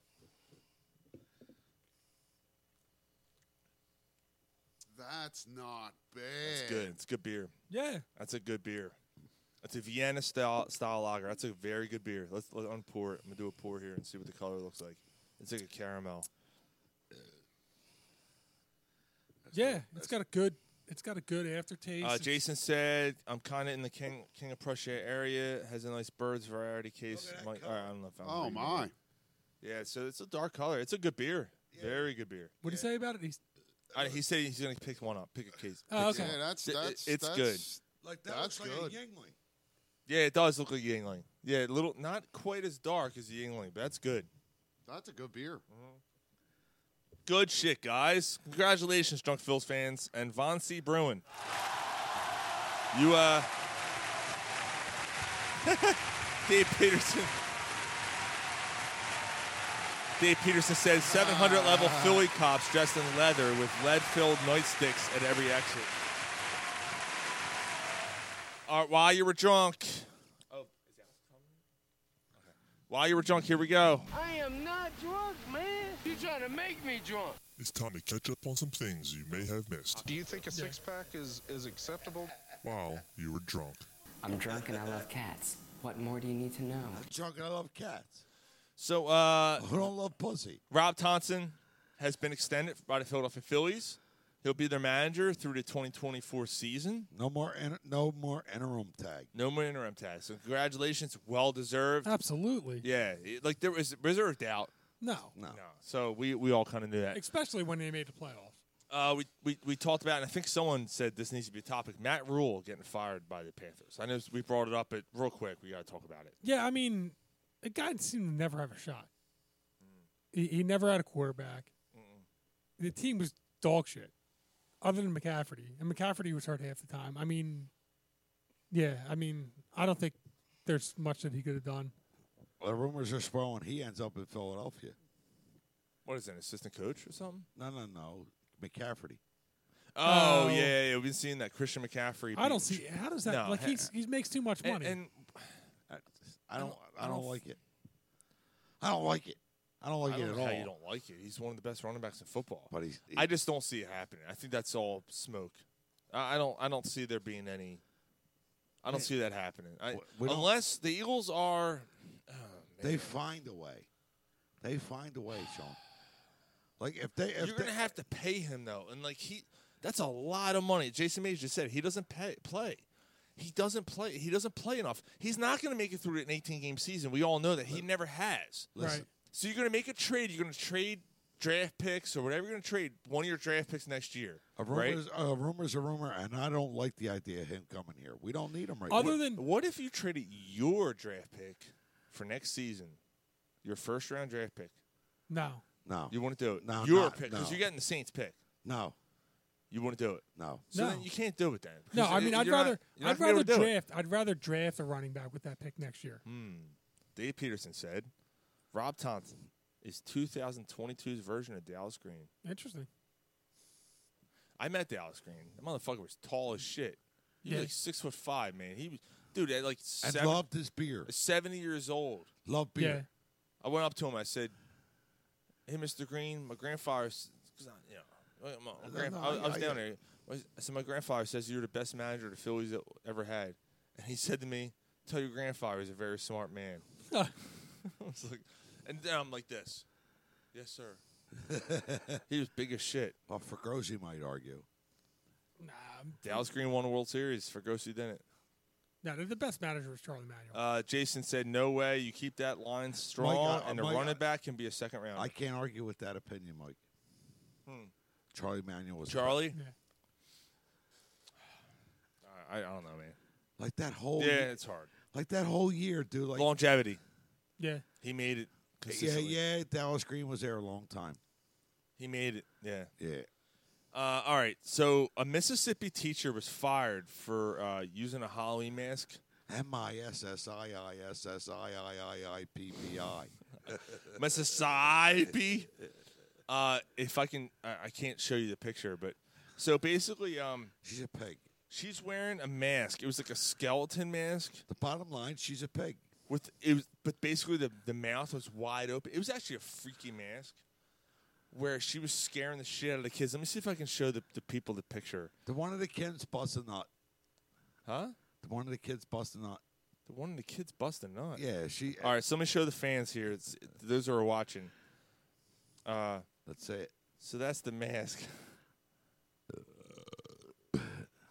Speaker 5: That's not bad.
Speaker 8: It's good. It's good beer.
Speaker 10: Yeah.
Speaker 8: That's a good beer. That's a Vienna style style lager. That's a very good beer. Let's let unpour it. I'm gonna do a pour here and see what the color looks like. It's like a caramel.
Speaker 10: Yeah. It's got a good. It's got a good aftertaste.
Speaker 8: Uh,
Speaker 10: It's-
Speaker 8: Jason said, "I'm kind of in the King King of Prussia area. Has a nice birds variety case." Mike, all right, I don't know if I'm
Speaker 5: Oh,
Speaker 8: reading it
Speaker 5: my.
Speaker 8: right. Yeah, so it's a dark color. It's a good beer. Very good beer.
Speaker 10: What do you say about it? He's,
Speaker 8: I, he said he's gonna pick one up. Pick a case.
Speaker 10: Oh,
Speaker 8: Pick
Speaker 10: okay.
Speaker 8: one up.
Speaker 10: Yeah,
Speaker 5: that's-
Speaker 8: Th- it-
Speaker 5: that's-
Speaker 8: it's
Speaker 5: that's-
Speaker 8: good.
Speaker 9: Like
Speaker 5: that That's looks like a good.
Speaker 9: Yingling.
Speaker 8: Yeah, it does look like Yingling. Yeah, a little, not quite as dark as Yingling, but that's good.
Speaker 5: That's a good beer.
Speaker 8: Good shit, guys. Congratulations, Drunk Phils fans and Von C. Bruin. You, uh, Dave Peterson. Dave Peterson said 700 level Philly cops dressed in leather with lead filled nightsticks at every exit. All right, Uh, while you were drunk. Oh, is that While you were drunk, here we go.
Speaker 11: I am not drunk, man. You trying to make me drunk?
Speaker 12: It's time to catch up on some things you may have missed.
Speaker 14: Do you think a six pack is, is acceptable?
Speaker 12: While you were drunk.
Speaker 13: I'm drunk and I love cats. What more do you need to know?
Speaker 9: Drunk and I love cats.
Speaker 8: So, uh,
Speaker 9: I don't love pussy.
Speaker 8: Rob Thompson has been extended by the Philadelphia Phillies. He'll be their manager through the 2024 season.
Speaker 9: No more, in, no more interim tag.
Speaker 8: No more interim tag. So, congratulations. Well deserved.
Speaker 10: Absolutely.
Speaker 8: Yeah. it- Like, there was, was there a doubt?
Speaker 10: No.
Speaker 9: No.
Speaker 8: So, we, we all kind of knew that.
Speaker 10: Especially when they made the playoffs.
Speaker 8: Uh, we, we, we talked about, and I think someone said this needs to be a topic. Matt Rule getting fired by the Panthers. I know we brought it up, but real quick, we got to talk about it.
Speaker 10: Yeah, I mean, the guy seemed to never have a shot. He, he never had a quarterback. The team was dog shit, other than McCafferty, and McCafferty was hurt half the time. I mean, yeah, I mean, I don't think there's much that he could have done.
Speaker 9: The rumors are sprawling. He ends up in Philadelphia.
Speaker 8: What is it, an assistant coach or something?
Speaker 9: No, no, no. McCafferty.
Speaker 8: Oh,
Speaker 10: Oh.
Speaker 8: yeah, yeah, yeah, we've been seeing that Christian McCaffrey.
Speaker 10: I
Speaker 8: beat-
Speaker 10: don't see how does that
Speaker 8: No,
Speaker 10: like
Speaker 8: ha-
Speaker 10: he's he makes too much
Speaker 8: and-
Speaker 10: money.
Speaker 8: and-
Speaker 9: I don't. I
Speaker 8: I
Speaker 9: don't
Speaker 8: don't
Speaker 9: like it. I don't like it. I don't like
Speaker 8: I don't
Speaker 9: it at
Speaker 8: know how
Speaker 9: all.
Speaker 8: you don't like it. He's one of the best running backs in football.
Speaker 9: But he's-
Speaker 8: I just don't see it happening. I think that's all smoke. I, I don't. I don't see there being any. I don't see that happening. I,
Speaker 9: we don't-
Speaker 8: unless the Eagles are.
Speaker 9: They find a way. They find a way, Sean. Like if they, if
Speaker 8: you're
Speaker 9: they,
Speaker 8: gonna have to pay him though, and like he, that's a lot of money. Jason May just said he doesn't pay, play. He doesn't play. He doesn't play enough. He's not gonna make it through an 18 game season. We all know that he never has.
Speaker 9: Listen. Right.
Speaker 8: So you're gonna make a trade. You're gonna trade draft picks or whatever. You're gonna trade one of your draft picks next year.
Speaker 9: a
Speaker 8: right?
Speaker 9: rumor's a rumor's a rumor, and I don't like the idea of him coming here. We don't need him right
Speaker 8: Other
Speaker 9: now.
Speaker 8: than what if you traded your draft pick for next season, your first round draft pick?
Speaker 10: no,
Speaker 9: no,
Speaker 8: You wouldn't do it.
Speaker 9: No,
Speaker 8: your
Speaker 9: not-
Speaker 8: pick because
Speaker 9: no.
Speaker 8: you're getting the Saints pick.
Speaker 9: no,
Speaker 8: You wouldn't do it.
Speaker 9: no.
Speaker 8: So
Speaker 10: No.
Speaker 8: then you can't do it then.
Speaker 10: no,
Speaker 8: because
Speaker 10: I mean,
Speaker 8: it-
Speaker 10: I'd
Speaker 8: you're not-
Speaker 10: rather
Speaker 8: you're not
Speaker 10: I'd
Speaker 8: gonna be
Speaker 10: rather
Speaker 8: able to do it. Mm.
Speaker 10: draft I'd rather draft a running back with that pick next year.
Speaker 8: Dave Peterson said, Rob Thompson is 2022's version of Dallas Green.
Speaker 10: Interesting.
Speaker 8: I met Dallas Green. That motherfucker was tall as shit. He was
Speaker 9: Yeah.
Speaker 8: like six foot five, man. He was, dude, at like
Speaker 9: I
Speaker 8: seven,
Speaker 9: loved his beer.
Speaker 8: 70 years old.
Speaker 9: Love beer.
Speaker 8: I went up to him. I said, "Hey, Mr. Green, my grandfather, s- 'cause I- you know, my, my
Speaker 9: No,
Speaker 8: grand-
Speaker 9: no,
Speaker 8: I, was- I
Speaker 9: I-
Speaker 8: was
Speaker 9: I-
Speaker 8: down there. I said my grandfather says you're the best manager the Phillies e- ever had, and he said to me, "Tell your grandfather he's a very smart man." I was like, and then I'm like this, yes sir. he was big as shit.
Speaker 9: Well, Fergosi might argue.
Speaker 8: Dallas Green won a World Series. Fergosi didn't.
Speaker 10: No, the- the best manager was Charlie Manuel.
Speaker 8: Uh, Jason said, "No way. You keep that line strong,
Speaker 9: I-
Speaker 8: and the
Speaker 9: Mike, I-
Speaker 8: running back can be a second round."
Speaker 9: I can't argue with that opinion, Mike.
Speaker 8: Oh. Hmm.
Speaker 9: Charlie Manuel was
Speaker 8: Charlie.
Speaker 10: Yeah.
Speaker 8: I, I don't know, man.
Speaker 9: like that whole
Speaker 8: yeah,
Speaker 9: year-
Speaker 8: it's hard.
Speaker 9: Like that whole year, dude. Like
Speaker 8: Longevity.
Speaker 10: Yeah.
Speaker 8: He made it.
Speaker 9: yeah,
Speaker 8: Consistently.
Speaker 9: yeah. Dallas Green was there a long time.
Speaker 8: He made it. Yeah.
Speaker 9: Yeah.
Speaker 8: Uh, all right. So a Mississippi teacher was fired for uh, using a Halloween mask.
Speaker 9: M I S S I I S S I I I I P P I.
Speaker 8: Mississippi. Uh, if I can, I, I can't show you the picture, but so basically, um,
Speaker 9: she's a pig.
Speaker 8: She's wearing a mask. It was like a skeleton mask.
Speaker 9: The bottom line, she's a pig.
Speaker 8: With it was, but basically the the mouth was wide open. It was actually a freaky mask, where she was scaring the shit out of the kids. Let me see if I can show the, the people the picture.
Speaker 9: The one of the kids bust a nut.
Speaker 8: Huh?
Speaker 9: The one of the kids bust a nut.
Speaker 8: The one of the kids busted nut.
Speaker 9: Yeah, she.
Speaker 8: All right, so let me show the fans here. It's, those who are watching. Uh,
Speaker 9: That's it.
Speaker 8: So that's the mask.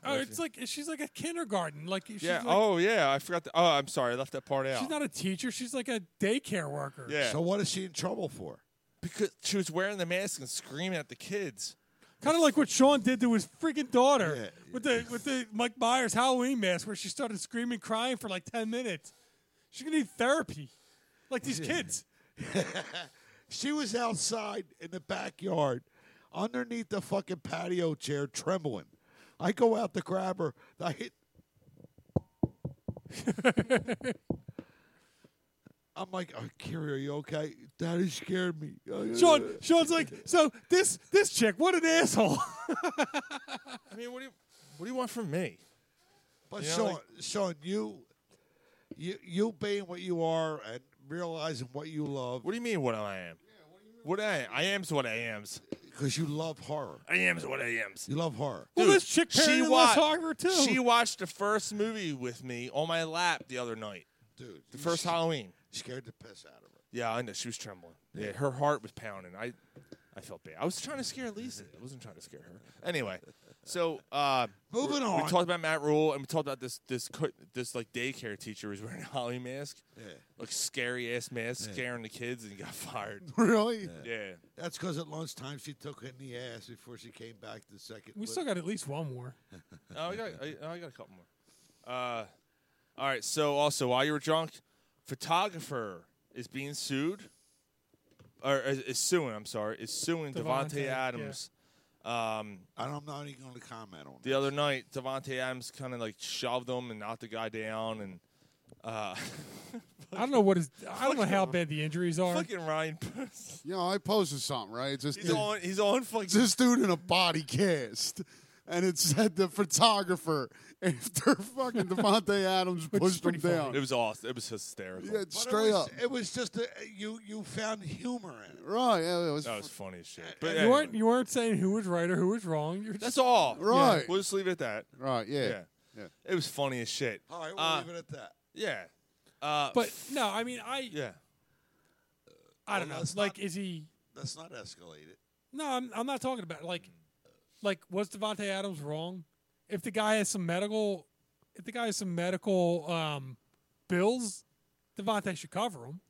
Speaker 10: Oh, it's like she's like a kindergarten. Like she's
Speaker 8: yeah.
Speaker 10: Like,
Speaker 8: oh, yeah. I forgot. The, oh, I'm sorry. I left that part out.
Speaker 10: She's not a teacher. She's like a daycare worker.
Speaker 8: Yeah.
Speaker 9: So what is she in trouble for?
Speaker 8: because she was wearing the mask and screaming at the kids.
Speaker 10: Kind of like what Sean did to his freaking daughter with the with the Mike Myers Halloween mask, where she started screaming, crying for like ten minutes. She's gonna need therapy, like these kids.
Speaker 9: She was outside in the backyard, underneath the fucking patio chair, trembling. I go out to grab her. I hit, I'm like, oh, Kiri, are you okay? Daddy scared me.
Speaker 10: Sean, Sean's like, so this this chick, what an asshole.
Speaker 8: I mean, what do you what do you want from me?
Speaker 9: But
Speaker 8: You know,
Speaker 9: Sean,
Speaker 8: like-
Speaker 9: Sean, you, you, you being what you are and realizing what you love.
Speaker 8: What do you mean what I am? What I am? I am's what I am's.
Speaker 9: Because you love horror.
Speaker 8: I am's what I am's.
Speaker 9: You love horror.
Speaker 10: Well, this chick parodied Les
Speaker 8: wa-
Speaker 10: Harper, too.
Speaker 8: She watched the first movie with me on my lap the other night.
Speaker 9: Dude,
Speaker 8: the
Speaker 9: you
Speaker 8: first
Speaker 9: sh-
Speaker 8: Halloween.
Speaker 9: Scared the piss out of her.
Speaker 8: Yeah, I know she was trembling. Yeah, her heart was pounding. I, I felt bad. I was trying to scare Lisa. I wasn't trying to scare her. Anyway, so uh,
Speaker 9: Moving
Speaker 8: we-
Speaker 9: on.
Speaker 8: We talked about Matt Rule and we talked about this this co- this like daycare teacher who's wearing a Halloween mask,
Speaker 9: Yeah.
Speaker 8: like scary ass mask,
Speaker 9: Yeah.
Speaker 8: scaring the kids, and he got fired.
Speaker 5: Really?
Speaker 8: Yeah.
Speaker 9: That's because at lunchtime she took it in the ass before she came back the second.
Speaker 10: we still got at least one more.
Speaker 8: Oh, I got, I, I got a couple more. Uh, all right. So also, while you were drunk, photographer is being sued, or is, is suing. I'm sorry, is suing
Speaker 9: Devontae,
Speaker 8: Devonte
Speaker 9: yeah.
Speaker 8: Adams. Um,
Speaker 9: I don't- I'm not even going to comment on.
Speaker 8: the other night, Devonte Adams kind of like shoved him and knocked the guy down, and uh,
Speaker 10: I don't know what is. I don't know how bad the injuries are.
Speaker 8: fucking Ryan.
Speaker 5: You know, I posted something, right? It's just
Speaker 8: He's on- he's on fucking-
Speaker 5: it's this dude in a body cast. And it said the photographer after fucking Devontae Adams pushed him down.
Speaker 8: It was awesome. It was hysterical.
Speaker 5: Yeah,
Speaker 9: But it
Speaker 5: straight
Speaker 9: was-
Speaker 5: up.
Speaker 9: It was just a, you. You found humor in it.
Speaker 5: Right. Yeah, it was
Speaker 8: that was funny as shit.
Speaker 10: eh, you
Speaker 8: But anyway,
Speaker 10: weren't you weren't saying who was right or who was wrong. You're
Speaker 8: that's
Speaker 10: just-
Speaker 8: all.
Speaker 5: Right.
Speaker 8: We'll just leave it at that.
Speaker 5: Right, yeah. Yeah.
Speaker 8: It was funny as shit.
Speaker 9: All right, we'll
Speaker 8: Uh,
Speaker 9: leave it at that.
Speaker 8: Yeah. Uh,
Speaker 10: But no, I mean, I
Speaker 8: yeah.
Speaker 10: I don't
Speaker 9: Well,
Speaker 10: know.
Speaker 9: let's
Speaker 10: Like,
Speaker 9: not-
Speaker 10: is he?
Speaker 9: Let's not escalate it.
Speaker 10: No, I'm I'm not talking about like like was Devonte Adams wrong? If the guy has some medical, if the guy has some medical um, bills, Devonte should cover them.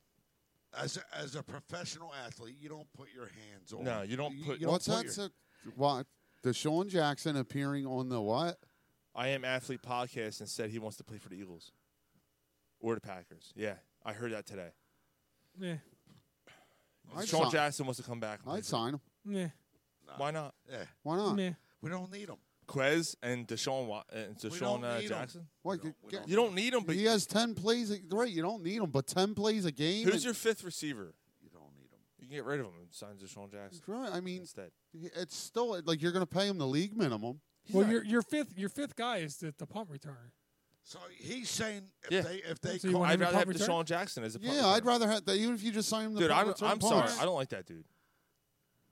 Speaker 9: As a, as a professional athlete, you don't put your hands on.
Speaker 8: No, you don't put-
Speaker 5: What's
Speaker 9: put
Speaker 5: that?
Speaker 9: your-
Speaker 5: So, what? Deshaun Jackson appearing on the what?
Speaker 8: I am athlete podcast and said he wants to play for the Eagles or the Packers. Yeah, I heard that today.
Speaker 10: Yeah,
Speaker 5: I'd
Speaker 8: Sean
Speaker 5: sign-
Speaker 8: Jackson wants to come back. and play
Speaker 5: I'd
Speaker 8: for-
Speaker 5: sign him.
Speaker 10: yeah,
Speaker 8: Why not?
Speaker 9: Yeah.
Speaker 5: Why not?
Speaker 10: yeah.
Speaker 9: We don't need them.
Speaker 8: Quez and Deshaun Wa- and
Speaker 9: We don't
Speaker 8: Deshaun uh,
Speaker 9: need 'em.
Speaker 8: Jackson.
Speaker 5: What, get-
Speaker 8: You don't need him, but
Speaker 5: he has ten plays. a- Right, you don't need him, but ten plays a game.
Speaker 8: who's
Speaker 5: and-
Speaker 8: your fifth receiver?
Speaker 9: You don't need them.
Speaker 8: You can get rid of him and sign Deshaun Jackson
Speaker 5: Right, I mean,
Speaker 8: instead.
Speaker 5: it's still like you're going to pay him the league minimum.
Speaker 10: well, your your fifth your fifth guy is the, the punt returner.
Speaker 9: So he's saying if
Speaker 8: Yeah.
Speaker 9: they if they
Speaker 10: So you
Speaker 9: call,
Speaker 10: want
Speaker 8: I'd
Speaker 10: him to
Speaker 8: rather have
Speaker 10: punt
Speaker 8: Deshaun
Speaker 10: return?
Speaker 8: Jackson as a punt
Speaker 5: Yeah, I'd
Speaker 8: returner.
Speaker 5: rather have that. Even if you just sign him, the
Speaker 8: Dude,
Speaker 5: punt
Speaker 8: I'm,
Speaker 5: return
Speaker 8: I'm sorry.
Speaker 5: punts.
Speaker 8: I don't like that dude.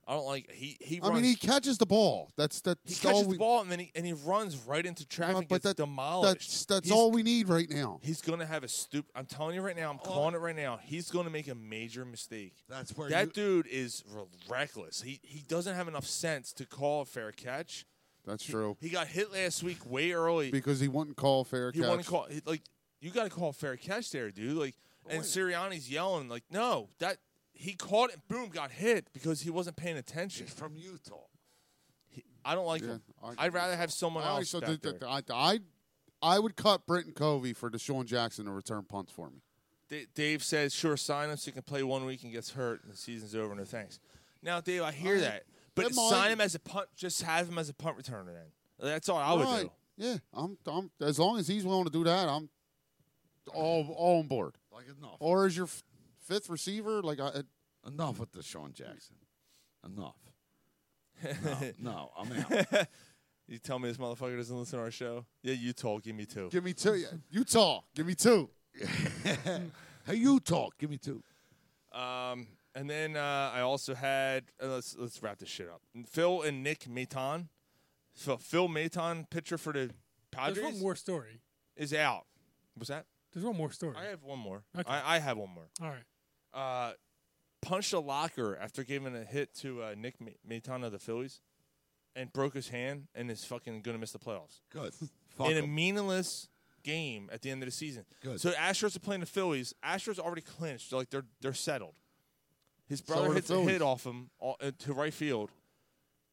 Speaker 8: I don't like he he.
Speaker 5: I
Speaker 8: runs-
Speaker 5: mean, he catches the ball. That's that's
Speaker 8: he
Speaker 5: all
Speaker 8: catches
Speaker 5: we.
Speaker 8: the ball and then he and he runs right into traffic. and
Speaker 5: but
Speaker 8: gets
Speaker 5: that-
Speaker 8: demolished.
Speaker 5: That's that's
Speaker 8: He's-
Speaker 5: all we need right now.
Speaker 8: He's gonna have a stupid. I'm telling you right now. I'm
Speaker 9: Oh.
Speaker 8: calling it right now. He's gonna make a major mistake.
Speaker 9: That's where
Speaker 8: that
Speaker 9: you-
Speaker 8: dude is re- reckless. He he doesn't have enough sense to call a fair catch.
Speaker 5: That's true
Speaker 8: He got hit last week way early.
Speaker 5: because he wouldn't call fair
Speaker 8: he
Speaker 5: catch.
Speaker 8: wanted to call he- like you got to call a fair catch there, dude. Like and Sirianni's yelling like, no, that he caught it. Boom, got hit because he wasn't paying attention.
Speaker 9: he's from Utah.
Speaker 8: I don't like
Speaker 5: Yeah,
Speaker 8: him.
Speaker 5: I-
Speaker 8: I'd rather have someone
Speaker 5: All right,
Speaker 8: else.
Speaker 5: so
Speaker 8: back
Speaker 5: th-
Speaker 8: there.
Speaker 5: th- I, I I would cut Britton Covey for Deshaun Jackson to return punts for me.
Speaker 8: Da- Dave says, "Sure, sign him so he can play one week and gets hurt, and the season's over. No thanks." Now, Dave, I hear that, but
Speaker 5: that might-
Speaker 8: sign him as a punt. Just have him as a punt returner. Then that's all I would
Speaker 5: Right.
Speaker 8: do.
Speaker 5: Yeah, I'm, I'm. As long as he's willing to do that, I'm all all on board.
Speaker 9: Like enough.
Speaker 5: Or is your f- fifth receiver like I,
Speaker 9: Enough with the Sean Jackson. Enough. No, no I'm out.
Speaker 8: You tell me this motherfucker doesn't listen to our show? Yeah, you told. Give me two.
Speaker 5: give me two? yeah, Utah, give me two.
Speaker 9: Hey, Utah, give me two.
Speaker 8: Um, and then uh, I also had. uh, let's let's wrap this shit up. Phil and Nick Maton. So Phil Maton, pitcher for the
Speaker 10: There's one
Speaker 8: Padres,
Speaker 10: more story.
Speaker 8: is out. What's that?
Speaker 10: There's one more story.
Speaker 8: I have one more.
Speaker 10: Okay.
Speaker 8: I, I have one more.
Speaker 10: All right.
Speaker 8: uh, punched a locker after giving a hit to uh, Nick Ma- Maton of the Phillies and broke his hand and is fucking going to miss the playoffs.
Speaker 9: Good. Fuck
Speaker 8: In a
Speaker 9: 'em.
Speaker 8: meaningless game at the end of the season.
Speaker 9: Good.
Speaker 8: So Astros are playing the Phillies. Astros already clinched. Like they're they're settled. His brother
Speaker 5: are the
Speaker 8: hits a
Speaker 5: Phillies.
Speaker 8: hit off him all, uh, to right field.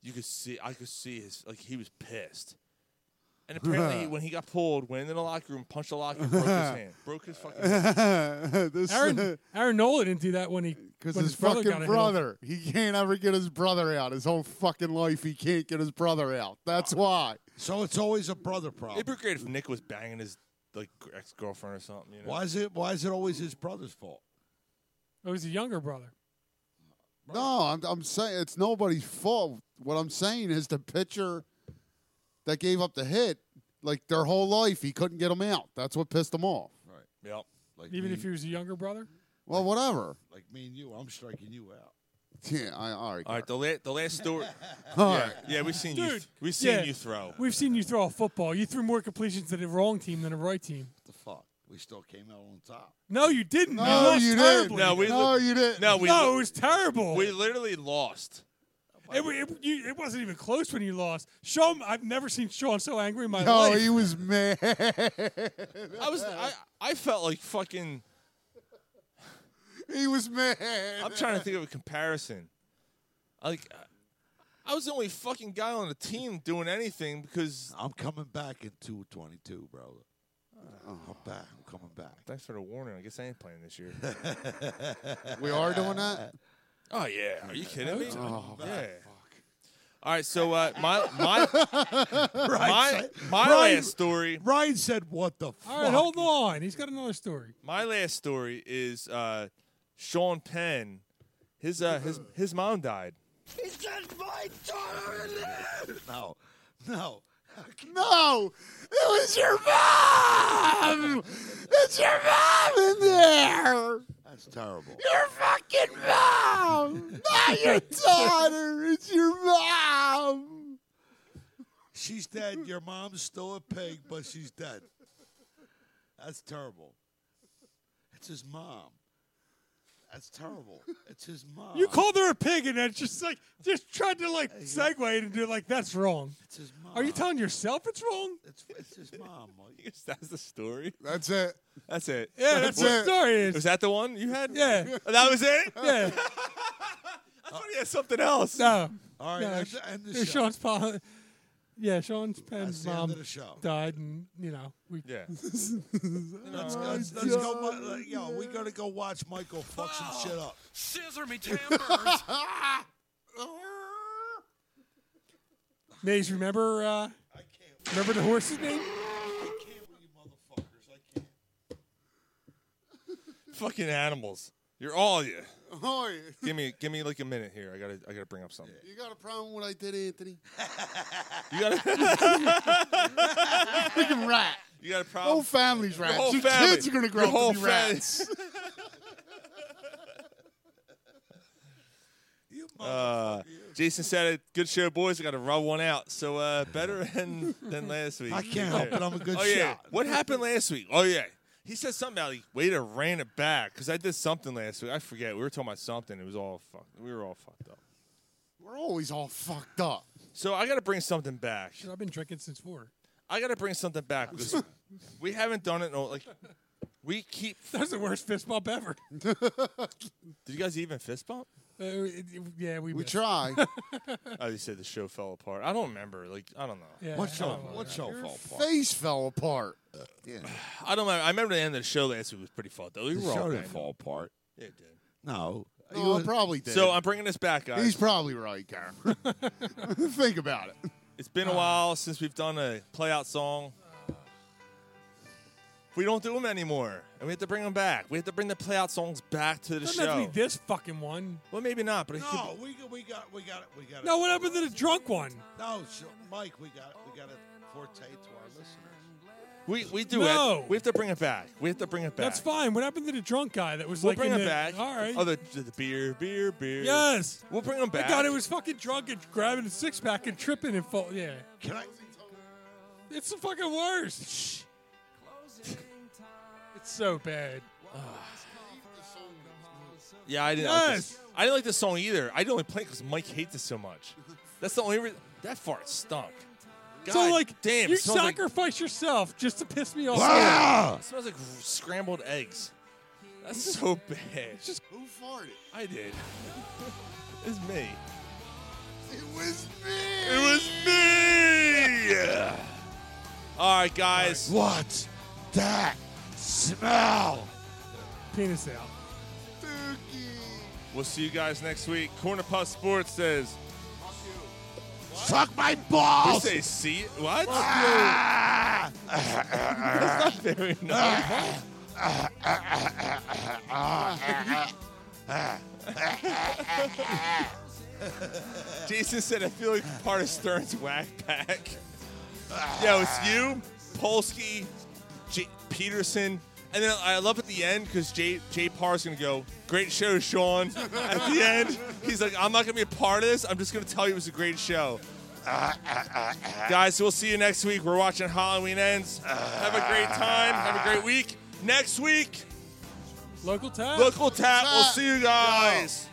Speaker 8: You could see I could see his like he was pissed. And apparently when he got pulled, went into the locker room, punched the locker, broke his hand. Broke his fucking hand.
Speaker 5: this
Speaker 10: Aaron Aaron Nola didn't do that when he
Speaker 5: because
Speaker 10: when
Speaker 5: his,
Speaker 10: brother got a
Speaker 5: fucking
Speaker 10: hit
Speaker 5: brother, he can't ever get his brother out. His whole fucking life, he can't get his brother out. That's why.
Speaker 9: So it's always a brother problem.
Speaker 8: It'd be great if Nick was banging his like ex girlfriend or something. You know?
Speaker 9: Why is it? Why is it always his brother's fault?
Speaker 10: It was a younger brother.
Speaker 5: No, I'm, I'm saying it's nobody's fault. What I'm saying is the pitcher that gave up the hit, like their whole life, he couldn't get him out. That's what pissed him off.
Speaker 9: Right.
Speaker 8: Yep.
Speaker 9: Like
Speaker 10: Even
Speaker 9: me-
Speaker 10: if he was a younger brother,
Speaker 5: Well, whatever.
Speaker 9: like me and you, I'm striking you out.
Speaker 5: Yeah, I, all right.
Speaker 8: All right, the, la- the last story.
Speaker 5: All
Speaker 8: yeah,
Speaker 5: right.
Speaker 8: yeah, we've seen you.
Speaker 10: dude,
Speaker 8: th- we've seen
Speaker 10: yeah,
Speaker 8: you throw.
Speaker 10: We've seen you throw a football. You threw more completions to the wrong team than the right team.
Speaker 9: The fuck? We still came out on top.
Speaker 10: No, you didn't.
Speaker 9: No,
Speaker 10: Oh, you, lost
Speaker 9: you didn't.
Speaker 10: terribly.
Speaker 8: No, we No, li- you didn't. no, we
Speaker 10: no,
Speaker 8: li-
Speaker 10: it was terrible.
Speaker 8: We literally lost.
Speaker 10: It, wa- it- you- it wasn't even close when you lost. Sean, I've never seen Sean so angry in my
Speaker 5: No,
Speaker 10: life.
Speaker 5: he was mad.
Speaker 8: I was. I, I felt like fucking.
Speaker 5: He was mad.
Speaker 8: I'm trying to think of a comparison. I, Like, I was the only fucking guy on the team doing anything because
Speaker 9: I'm coming back in 222, bro. I'm back. I'm coming back.
Speaker 8: thanks for the warning. I guess I ain't playing this year.
Speaker 5: we are doing that.
Speaker 8: Oh yeah. Are you kidding me?
Speaker 5: Oh,
Speaker 8: yeah. All right, so uh, my my my
Speaker 9: said-
Speaker 8: my
Speaker 9: Ryan-
Speaker 8: last story.
Speaker 9: Ryan said, "What the fuck?"
Speaker 10: All right, hold on. He's got another story.
Speaker 8: My last story is uh, Sean Penn. His uh, his his mom died.
Speaker 11: It's just my daughter in there!
Speaker 9: No, no.
Speaker 5: No, it was your mom. It's your mom in there.
Speaker 9: That's terrible.
Speaker 5: Your fucking mom, not your daughter. It's your mom.
Speaker 9: She's dead. Your mom's still a pig, but she's dead. That's terrible. It's his mom. That's terrible. It's his mom.
Speaker 10: You called her a pig, and that's just like just tried to like segue it and do like that's wrong.
Speaker 9: It's his mom.
Speaker 10: Are you telling yourself it's wrong?
Speaker 9: It's, it's his mom. Mike.
Speaker 8: That's the story.
Speaker 5: That's it.
Speaker 8: That's it.
Speaker 10: Yeah, that's what the story is.
Speaker 8: Was that the one you had?
Speaker 10: Yeah.
Speaker 8: That was it?
Speaker 10: Yeah.
Speaker 8: I thought he had something else.
Speaker 10: No.
Speaker 9: All right,
Speaker 10: No,
Speaker 9: end
Speaker 10: sh-
Speaker 9: the- end the
Speaker 10: there's
Speaker 9: show.
Speaker 10: Sean's pa- Yeah, Sean's
Speaker 9: That's
Speaker 10: Penn's
Speaker 9: the end
Speaker 10: mom
Speaker 9: of the show.
Speaker 10: died, and you know we.
Speaker 8: Yeah.
Speaker 10: Oh,
Speaker 9: Let's, go. let's, let's go. mu- like, Yo, we gotta go watch Michael fuck some shit up.
Speaker 11: Scissor me, Tam Burns!
Speaker 10: Maze, remember? Uh, remember the horse's name?
Speaker 8: Fucking animals. You're all of you.
Speaker 5: Oh, you-
Speaker 8: Give me give me like a minute here. I gotta I gotta bring up something.
Speaker 5: you got a problem with what I did, Anthony?
Speaker 8: You gotta
Speaker 5: Freaking rat.
Speaker 8: You got a problem.
Speaker 5: Whole family's
Speaker 8: Your
Speaker 5: rats.
Speaker 8: whole
Speaker 5: Your
Speaker 8: family.
Speaker 5: kids are gonna grow
Speaker 8: Your whole
Speaker 5: up to be
Speaker 8: family.
Speaker 5: rats.
Speaker 9: You
Speaker 8: Uh, Jason said it. Good show, boys. I got to rub one out. So uh, better than than last week.
Speaker 9: I can't help it. I'm a good
Speaker 8: oh, yeah.
Speaker 9: shot.
Speaker 8: What happened last week? Oh yeah. He said something about like way to ran it back because I did something last week. I forget. We were talking about something. It was all fucked. We were all fucked up.
Speaker 5: We're always all fucked up.
Speaker 8: So I got to bring something back.
Speaker 10: Shit, I've been drinking since four.
Speaker 8: I got to bring something back because we haven't done it. In, a- like we keep.
Speaker 10: That was the worst fist bump ever.
Speaker 8: Did you guys even fist bump?
Speaker 10: Uh, it- it- yeah, we
Speaker 5: We
Speaker 10: missed.
Speaker 5: try.
Speaker 8: Oh, they said the show fell apart. I don't remember. Like I don't know.
Speaker 10: Yeah,
Speaker 9: What's
Speaker 10: I
Speaker 9: your
Speaker 10: don't know.
Speaker 9: what's your fault? Paul?
Speaker 5: Face fell apart. Yeah.
Speaker 8: I don't remember. I remember the end of the show last week was pretty fucked though. We
Speaker 9: The
Speaker 8: were all
Speaker 9: show
Speaker 8: banged
Speaker 9: didn't
Speaker 8: up.
Speaker 9: fall apart.
Speaker 8: Yeah, it did.
Speaker 9: No. You
Speaker 5: No, Oh, I
Speaker 9: was-
Speaker 5: probably did.
Speaker 8: So I'm bringing this back, guys.
Speaker 5: He's probably right, Karen. Think about it.
Speaker 8: It's been
Speaker 10: Ah.
Speaker 8: a while since we've done a playout song. We don't do them anymore, and we have to bring them back. We have to bring the playout songs back to the
Speaker 10: Doesn't have
Speaker 8: show.
Speaker 10: to be this fucking one.
Speaker 8: well, maybe not, but it could
Speaker 9: no, we, we got we got it. We got it.
Speaker 10: No, what happened to the drunk one?
Speaker 9: No, sh- Mike, we got we got to forte to our listeners.
Speaker 8: we we do
Speaker 10: No.
Speaker 8: it. We have to bring it back. We have to bring it back.
Speaker 10: That's fine. What happened to the drunk guy that was
Speaker 8: We'll
Speaker 10: like
Speaker 8: bring
Speaker 10: in
Speaker 8: it
Speaker 10: the-
Speaker 8: back.
Speaker 10: All right.
Speaker 8: Oh, the, the beer, beer, beer.
Speaker 10: yes.
Speaker 8: We'll bring them back.
Speaker 10: I thought it was fucking drunk and grabbing a six pack and tripping and fall. Yeah,
Speaker 9: Can I?
Speaker 10: it's the fucking worst. Shh. it's so bad.
Speaker 8: Yeah, I didn't. Like this.
Speaker 10: Yes.
Speaker 8: I didn't like this song either. I didn't only play it because Mike hates it so much. That's the only reason. That fart stunk. God
Speaker 10: so like,
Speaker 8: damn,
Speaker 10: you
Speaker 8: it smells like-
Speaker 10: sacrifice yourself just to piss me off.
Speaker 9: Ah!
Speaker 8: It smells like scrambled eggs. That's so bad.
Speaker 10: Just-
Speaker 5: Who farted?
Speaker 8: I did. it's me.
Speaker 5: It was me.
Speaker 8: It was me. All right, guys.
Speaker 9: What? That smell.
Speaker 10: Penis out.
Speaker 8: We'll see you guys next week. Corner Puff Sports says.
Speaker 9: Suck my
Speaker 8: You
Speaker 9: balls.
Speaker 8: say see what?
Speaker 9: Ah!
Speaker 8: That's not very nice. Jason said, I feel like part of Stern's whack pack. Yo, it's you, Polsky, J- Peterson. And then I love at the end because Jay, Jay Parr's going to go, Great show, Sean. At the end, he's like, I'm not going to be a part of this. I'm just going to tell you it was a great show. Guys, we'll see you next week. We're watching Halloween Ends. Have a great time. Have a great week. Next week,
Speaker 10: Local Tap.
Speaker 8: Local Tap. We'll see you guys.